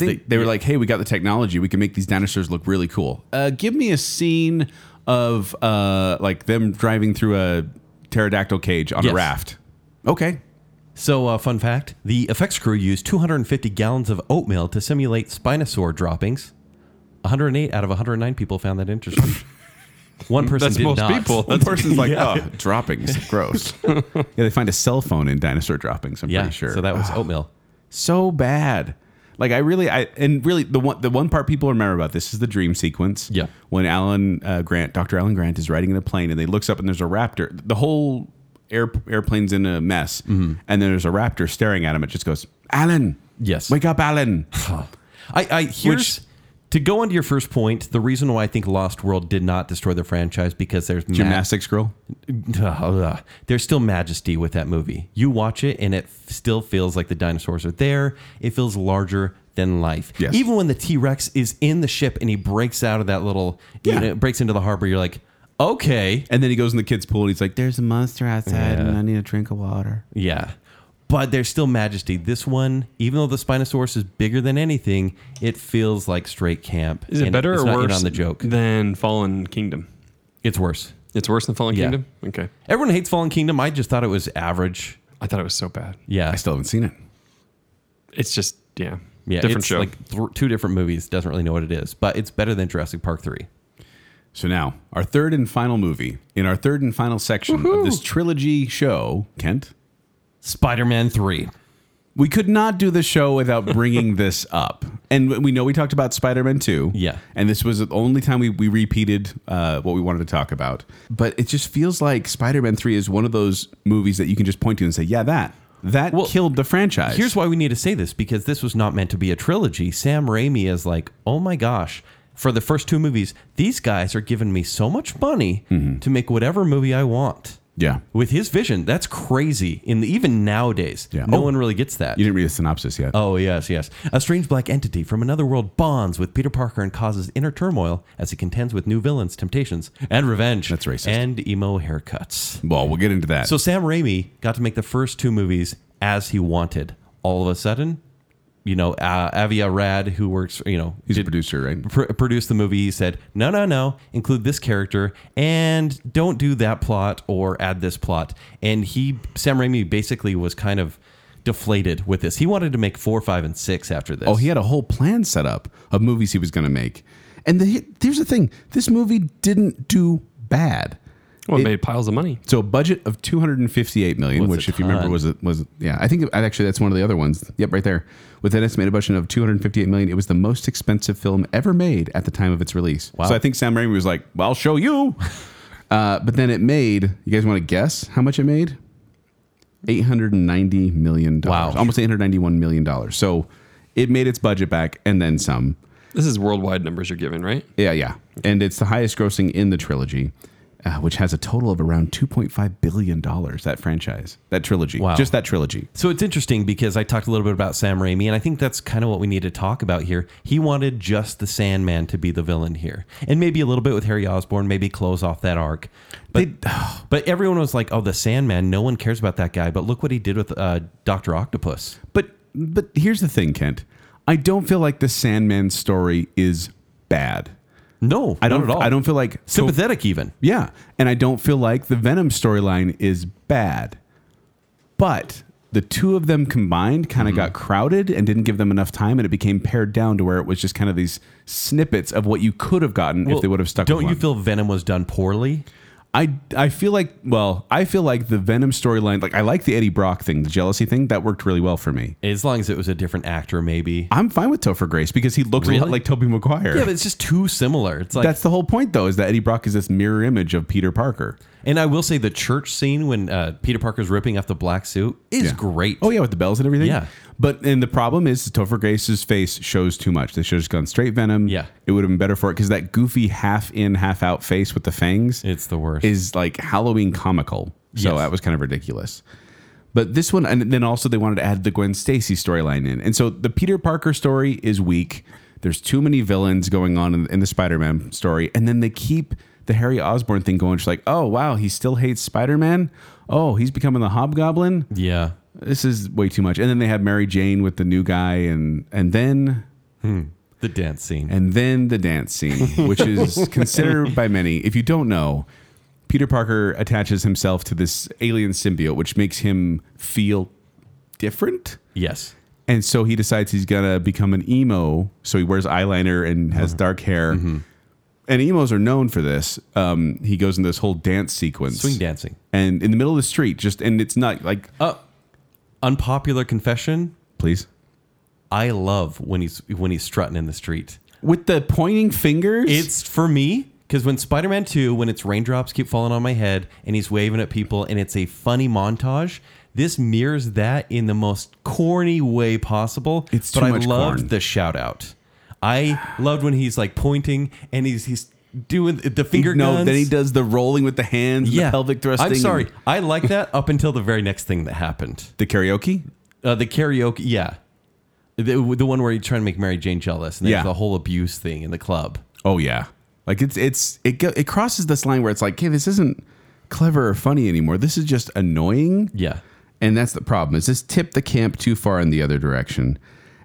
because they, they, they were like, "Hey, we got the technology. We can make these dinosaurs look really cool. Uh, give me a scene of uh, like them driving through a pterodactyl cage on Yes. a raft." Okay, so uh, fun fact the effects crew used 250 gallons of oatmeal to simulate spinosaur droppings 108 out of 109 people found that interesting one person That's did most not. people. one person's like, yeah. "Oh, droppings, gross." yeah, they find a cell phone in dinosaur droppings. I'm yeah pretty sure. Ah, so that was oatmeal so bad. Like I really, I and really the one the one part people remember about this is the dream sequence. Yeah. when Alan uh, Grant, Doctor Alan Grant, is riding in a plane and they looks up and there's a raptor. The whole air, airplane's in a mess, and then there's a raptor staring at him. It just goes, Alan. Yes. wake up, Alan. I, I here's to go on to your first point the reason why i think lost world did not destroy the franchise because there's ma- Gymnastics girl. Ugh. There's still majesty with that movie. You watch it and it f- still feels like the dinosaurs are there. It feels larger than life. Yes. Even when the T Rex is in the ship and he breaks out of that little, Yeah. you know, breaks into the harbor, you're like, okay. And then he goes in the kid's pool and he's like, "There's a monster outside, and Yeah. I need a drink of water." Yeah. But there's still majesty. This one, even though the Spinosaurus is bigger than anything, it feels like straight camp. Is it And better it's or not in worse on the joke? than Fallen Kingdom? It's worse. It's worse than Fallen Yeah. Kingdom? Okay. Everyone hates Fallen Kingdom. I just thought it was average. I thought it was so bad. Yeah. I still haven't seen it. It's just, yeah. Yeah, Different it's show. Like th- two different movies. Doesn't really know what it is, but it's better than Jurassic Park three. So now, our third and final movie in our third and final section of this trilogy show, Kent. Spider Man three. we could not do the show without bringing this up. And we know we talked about Spider Man 2. Yeah. And this was the only time we, we repeated uh, what we wanted to talk about. But it just feels like Spider Man 3 is one of those movies that you can just point to and say, yeah, that. That Well, killed the franchise. Here's why we need to say this because this was not meant to be a trilogy. Sam Raimi is like, oh my gosh, for the first two movies, these guys are giving me so much money to make whatever movie I want. Yeah. With his vision, that's crazy. In the, even nowadays, Yeah. no Oh. one really gets that. You didn't read the synopsis yet. Oh, yes, yes. A strange black entity from another world bonds with Peter Parker and causes inner turmoil as he contends with new villains, temptations, and revenge. That's racist. And emo haircuts. Well, we'll get into that. So Sam Raimi got to make the first two movies as he wanted. All of a sudden, you know, uh, Avia Rad, who works, you know, he's a producer, right? pr- produced the movie, he said, no, no, no, include this character and don't do that plot or add this plot. And he, Sam Raimi basically was kind of deflated with this. He wanted to make four, five, and six after this. Oh, he had a whole plan set up of movies he was going to make. And the, here's the thing this movie didn't do bad. well, it, it- made piles of money. So a budget of 258 million, Well, which it's a if you remember ton. was was yeah, I think it- actually that's one of the other ones. Yep, right there. With an estimated budget of 258 million, it was the most expensive film ever made at the time of its release. Wow. So I think Sam Raimi was like, "Well, I'll show you." Uh, but then it made. You guys want to guess how much it made? 890 million dollars. Wow. Almost 891 million dollars. So it made its budget back and then some. This is worldwide numbers you're giving, right? Yeah, yeah. And it's the highest grossing in the trilogy, uh, which has a total of around $2.5 billion, that franchise, that trilogy. Wow. Just that trilogy. So it's interesting because I talked a little bit about Sam Raimi, and I think that's kind of what we need to talk about here. He wanted just the Sandman to be the villain here, and maybe a little bit with Harry Osborn, maybe close off that arc. But but everyone was like, "Oh, the Sandman! No one cares about that guy." But look what he did with uh, Doctor Octopus. But but here's the thing, Kent. I don't feel like the Sandman story is bad. No, I don't not at all. I don't feel like sympathetic even. Yeah. And I don't feel like the Venom storyline is bad. But the two of them combined kind of Mm-hmm. got crowded and didn't give them enough time, and it became pared down to where it was just kind of these snippets of what you could have gotten if they would have stuck. Don't with you one. feel Venom was done poorly? I I feel like well, I feel like the Venom storyline, like I like the Eddie Brock thing, the jealousy thing, that worked really well for me. As long as it was a different actor, maybe. I'm fine with Topher Grace because he looks a lot Really? like Toby Maguire. Yeah, but it's just too similar. It's like, That's the whole point though, is that Eddie Brock is this mirror image of Peter Parker. and I will say the church scene when uh, Peter Parker's ripping off the black suit is Yeah. great. Oh yeah, with the bells and everything. Yeah. But and the problem is Topher Grace's face shows too much. They should have just gone straight Venom. Yeah. It would have been better for it because that goofy half in, half out face with the fangs It's the worst. is like Halloween comical. So Yes. that was kind of ridiculous. But this one, and then also they wanted to add the Gwen Stacy storyline in. And so the Peter Parker story is weak. There's too many villains going on in, in the Spider Man story. And then they keep the Harry Osborn thing going. She's like, oh, wow, he still hates Spider Man. Oh, he's becoming the hobgoblin yeah. this is way too much. And then they had Mary Jane with the new guy, and and then The dance scene. and then the dance scene, which is considered by many. If you don't know, Peter Parker attaches himself to this alien symbiote, which makes him feel different. yes. And so he decides he's gonna become an emo. So he wears eyeliner and has dark hair. And emos are known for this. Um, he goes in this whole dance sequence, Swing dancing. and in the middle of the street, just and it's not like, Uh, unpopular confession. please. I love when he's when he's strutting in the street. With the pointing fingers, It's for me because when Spider Man 2, when its raindrops keep falling on my head and he's waving at people and it's a funny montage, this mirrors that in the most corny way possible. It's but too I much loved corn. the shout out. I loved when he's like pointing and he's he's doing the finger no, guns. then he does the rolling with the hands, and yeah. the pelvic thrusting. I'm sorry. and I like that up until the very next thing that happened. The karaoke? Uh, the karaoke, yeah. The, the one where you're trying to make Mary Jane jealous, and there's Yeah. the whole abuse thing in the club. Oh yeah. Like it's it's it go, it crosses this line where it's like, "Hey, this isn't clever or funny anymore. This is just annoying." Yeah. And that's the problem. Is this tipped the camp too far in the other direction?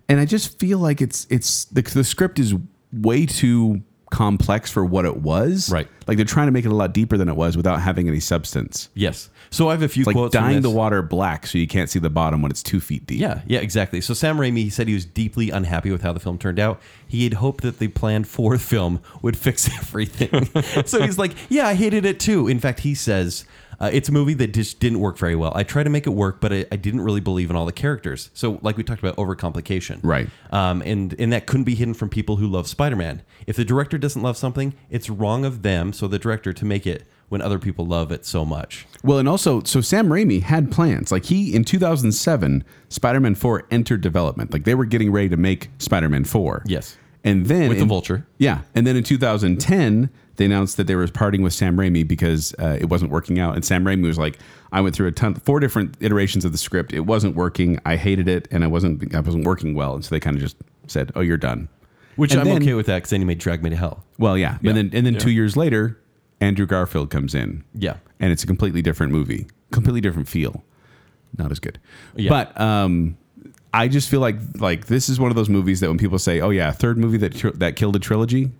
And I just feel like it's it's the, the script is way too complex for what it was. Right. Like they're trying to make it a lot deeper than it was without having any substance. Yes. So I have a few It's like quotes. from dyeing this. the water black so you can't see the bottom when it's two feet deep. Yeah, yeah, exactly. So Sam Raimi he said he was deeply unhappy with how the film turned out. He had hoped that the planned fourth film would fix everything. so he's like, "Yeah, I hated it too." In fact, he says uh, it's a movie that just didn't work very well. I tried to make it work, but I, I didn't really believe in all the characters. So, like we talked about, overcomplication, Right. Um, and and that couldn't be hidden from people who love Spider-Man. If the director doesn't love something, it's wrong of them. So the director to make it when other people love it so much. Well, and also, so Sam Raimi had plans. Like he in 2007, Spider-Man 4 entered development. Like they were getting ready to make Spider-Man 4. Yes. And then With the in- Vulture. Yeah. And then in 2010, they announced that they were parting with Sam Raimi because uh, it wasn't working out. And Sam Raimi was like, "I went through a ton, four different iterations of the script. It wasn't working. I hated it, and I wasn't, I wasn't working well." And so they kind of just said, "Oh, you're done." Which And I'm then- okay with that because then he made Drag Me to Hell. Well, yeah. But then, and then two years later, Andrew Garfield comes in. Yeah. And it's a completely different movie, completely different feel. Not as good. Yeah. But um, I just feel like like this is one of those movies that when people say, "Oh yeah, third movie that tr- that killed a trilogy,"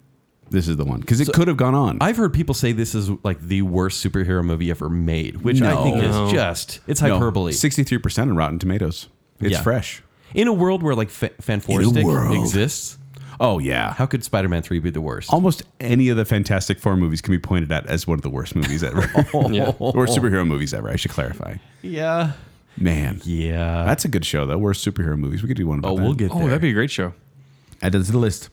this is the one because it could have gone on. I've heard people say this is like the worst superhero movie ever made, which I think No. is just it's hyperbole. Sixty-three percent on Rotten Tomatoes. It's Yeah. fresh. In a world where like fa- world. fanforistic exists, Oh yeah. how could Spider-Man 3 be the worst? Almost any of the Fantastic Four movies can be pointed at as one of the worst movies ever, or Oh. Yeah. superhero movies ever. I should clarify. Yeah. Man, Yeah. That's a good show, though. Worst superhero movies. We could do one about oh, that. we'll get Oh, there. that'd be a great show. Add that to the list.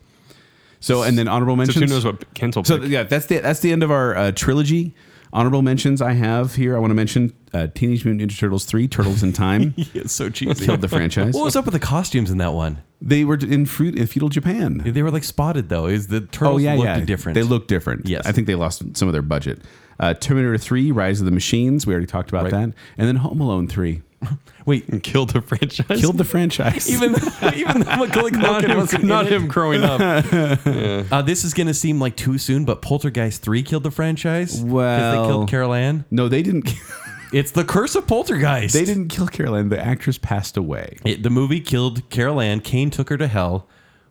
So, and then honorable So mentions. who knows what Kent will So pick. yeah, that's the that's the end of our uh, trilogy. Honorable mentions I have here. I want to mention uh, Teenage Mutant Ninja Turtles three, Turtles in Time it's so cheesy. killed the franchise. what was up with the costumes in that one? They were in fruit in feudal Japan. Oh, They were like spotted though. Is the turtles looked different? They look different. Yes. I think they lost some of their budget. Uh, Terminator three, Rise of the Machines. We already talked about Right. that, and then Home Alone three Wait, And killed the franchise. killed the franchise. even even though Macaulay not Culkin wasn't him, in not it. him growing up. Uh, this is gonna seem like too soon, but Poltergeist three killed the franchise. 'Cause Well- they killed Carol Ann. no, they didn't. It's the curse of Poltergeist. They didn't kill Caroline. The actress passed away. It, the movie killed Carol Ann. Kane took her to hell,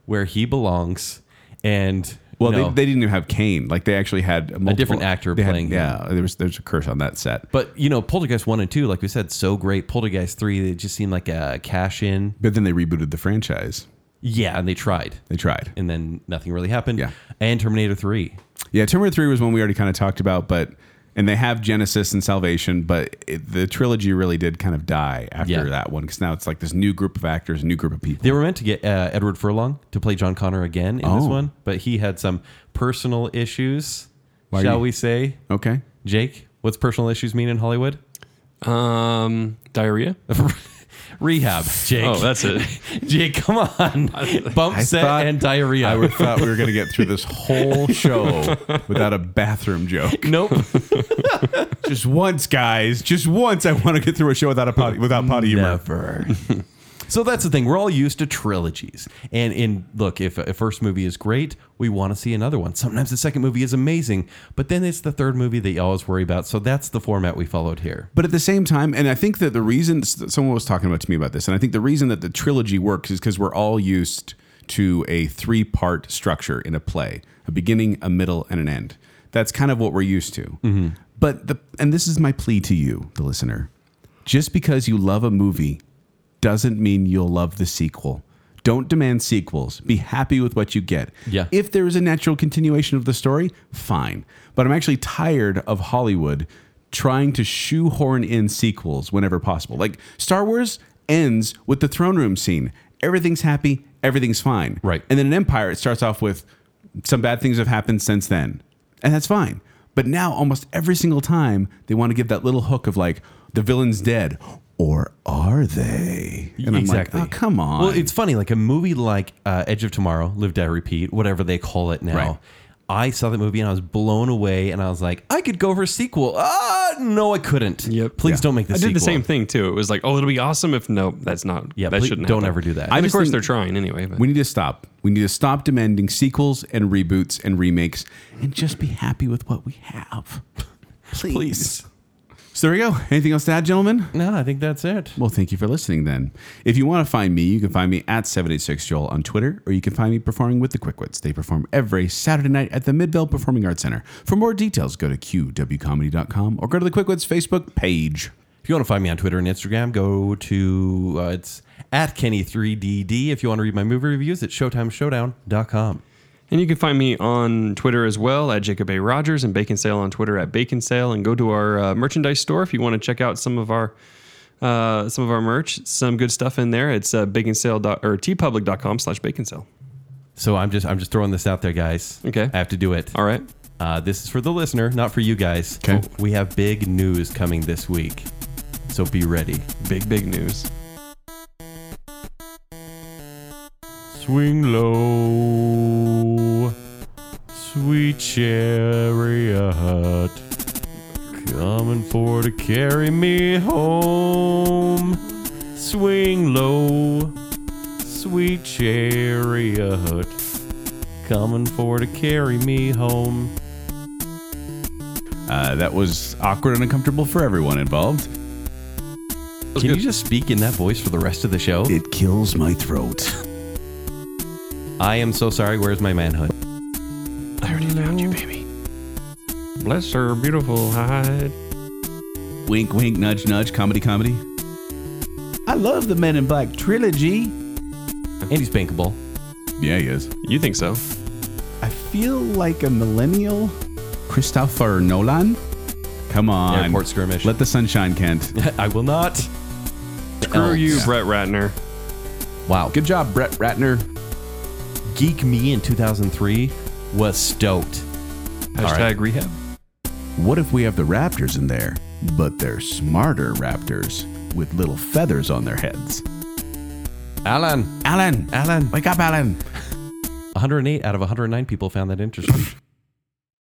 where he belongs, and Well, no. they, they didn't even have Kane. Like they actually had multiple, different actor they had- playing him. yeah, there was there's a curse on that set. But, But you know, Poltergeist one and two, like we said, so great. Poltergeist three, they just seemed like a cash in. but then they rebooted the franchise. Yeah, and they tried, They tried. and then nothing really happened. Yeah. and Terminator three. Yeah, Terminator Three was one we already kind of talked about, but and they have Genesis and Salvation, but it, the trilogy really did kind of die after Yeah. that one because now it's like this new group of actors, new group of people. They were meant to get uh, Edward Furlong to play John Connor again in this Oh. one, but he had some personal issues, Why are shall you- we say? Okay. Jake, what's personal issues mean in Hollywood? Um, diarrhea. Rehab, Jake. Oh, that's it. Jake, come on. Bump I set thought- and diarrhea. I would thought we were going to get through this whole show without a bathroom joke. nope. Just once, guys. Just once, I want to get through a show without a potty, without potty humor. Never. so that's the thing. We're all used to trilogies. And in look, if a first movie is great, we want to see another one. Sometimes the second movie is amazing, but then it's the third movie that you always worry about. So that's the format we followed here. But at the same time, and I think that the reason someone was talking about to me about this, and I think the reason that the trilogy works is because we're all used to a three part structure in a play a beginning, a middle, and an end. That's kind of what we're used to. But the, and this is my plea to you, the listener just because you love a movie doesn't mean you'll love the sequel. Don't demand sequels. Be happy with what you get. Yeah. If there is a natural continuation of the story, fine. But I'm actually tired of Hollywood trying to shoehorn in sequels whenever possible. Like Star Wars ends with the throne room scene. Everything's happy, everything's fine. Right. And then in Empire, it starts off with some bad things have happened since then. And that's fine. But now, almost every single time, they want to give that little hook of like, the villain's dead. Or are they? And exactly. I'm like, oh, come on. Well, it's funny. Like a movie like uh, Edge of Tomorrow, Live, Die, Repeat, whatever they call it now. Right. I saw that movie and I was blown away, and I was like, I could go for a sequel. Ah, no, I couldn't. Yep. Please Yeah. don't make the I sequel. did the same thing too. It was like, oh, it'll be awesome if no, that's not. Yeah, that please shouldn't. don't happen. ever do that. I And of just course think- they're trying anyway. But. we need to stop. We need to stop demanding sequels and reboots and remakes and just be happy with what we have. Please. Please. So there we go. Anything else to add, gentlemen? No, I think that's it. Well, thank you for listening then. If you want to find me, you can find me at 786Joel on Twitter, or you can find me performing with the Quickwits. They perform every Saturday night at the Midvale Performing Arts Center. For more details, go to qwcomedy.com or go to the Quickwits Facebook page. If you want to find me on Twitter and Instagram, go to uh, it's at Kenny3DD. If you want to read my movie reviews, it's ShowtimeShowdown.com. And you can find me on Twitter as well at Jacob A. Rogers and Bacon Sale on Twitter at Bacon Sale. And go to our uh, merchandise store if you want to check out some of our uh, some of our merch. Some good stuff in there. It's uh, bacon sale dot, or tpublic.com slash bacon sale. So I'm just I'm just throwing this out there, guys. Okay. I have to do it. All right. Uh, this is for the listener, not for you guys. Okay. We have big news coming this week, so be ready. Big, big news. Swing low, sweet chariot, coming for to carry me home. Swing low, sweet chariot, coming for to carry me home. Uh, that was awkward and uncomfortable for everyone involved. Can you just speak in that voice for the rest of the show? It kills my throat. I am so sorry. Where's my manhood? I already found you, baby. Bless her beautiful hide. Wink, wink, nudge, nudge, comedy, comedy. I love the Men in Black trilogy. Andy's bankable. Yeah, he is. You think so? I feel like a millennial. Christopher Nolan? Come on. Airport skirmish. Let the sunshine, Kent. I will not. Screw you, Brett Ratner. Wow. Good job, Brett Ratner. Geek Me in 2003 was stoked. Hashtag rehab. What if we have the raptors in there, but they're smarter raptors with little feathers on their heads? Alan, Alan, Alan. wake up, Alan. 108 out of 109 people found that interesting.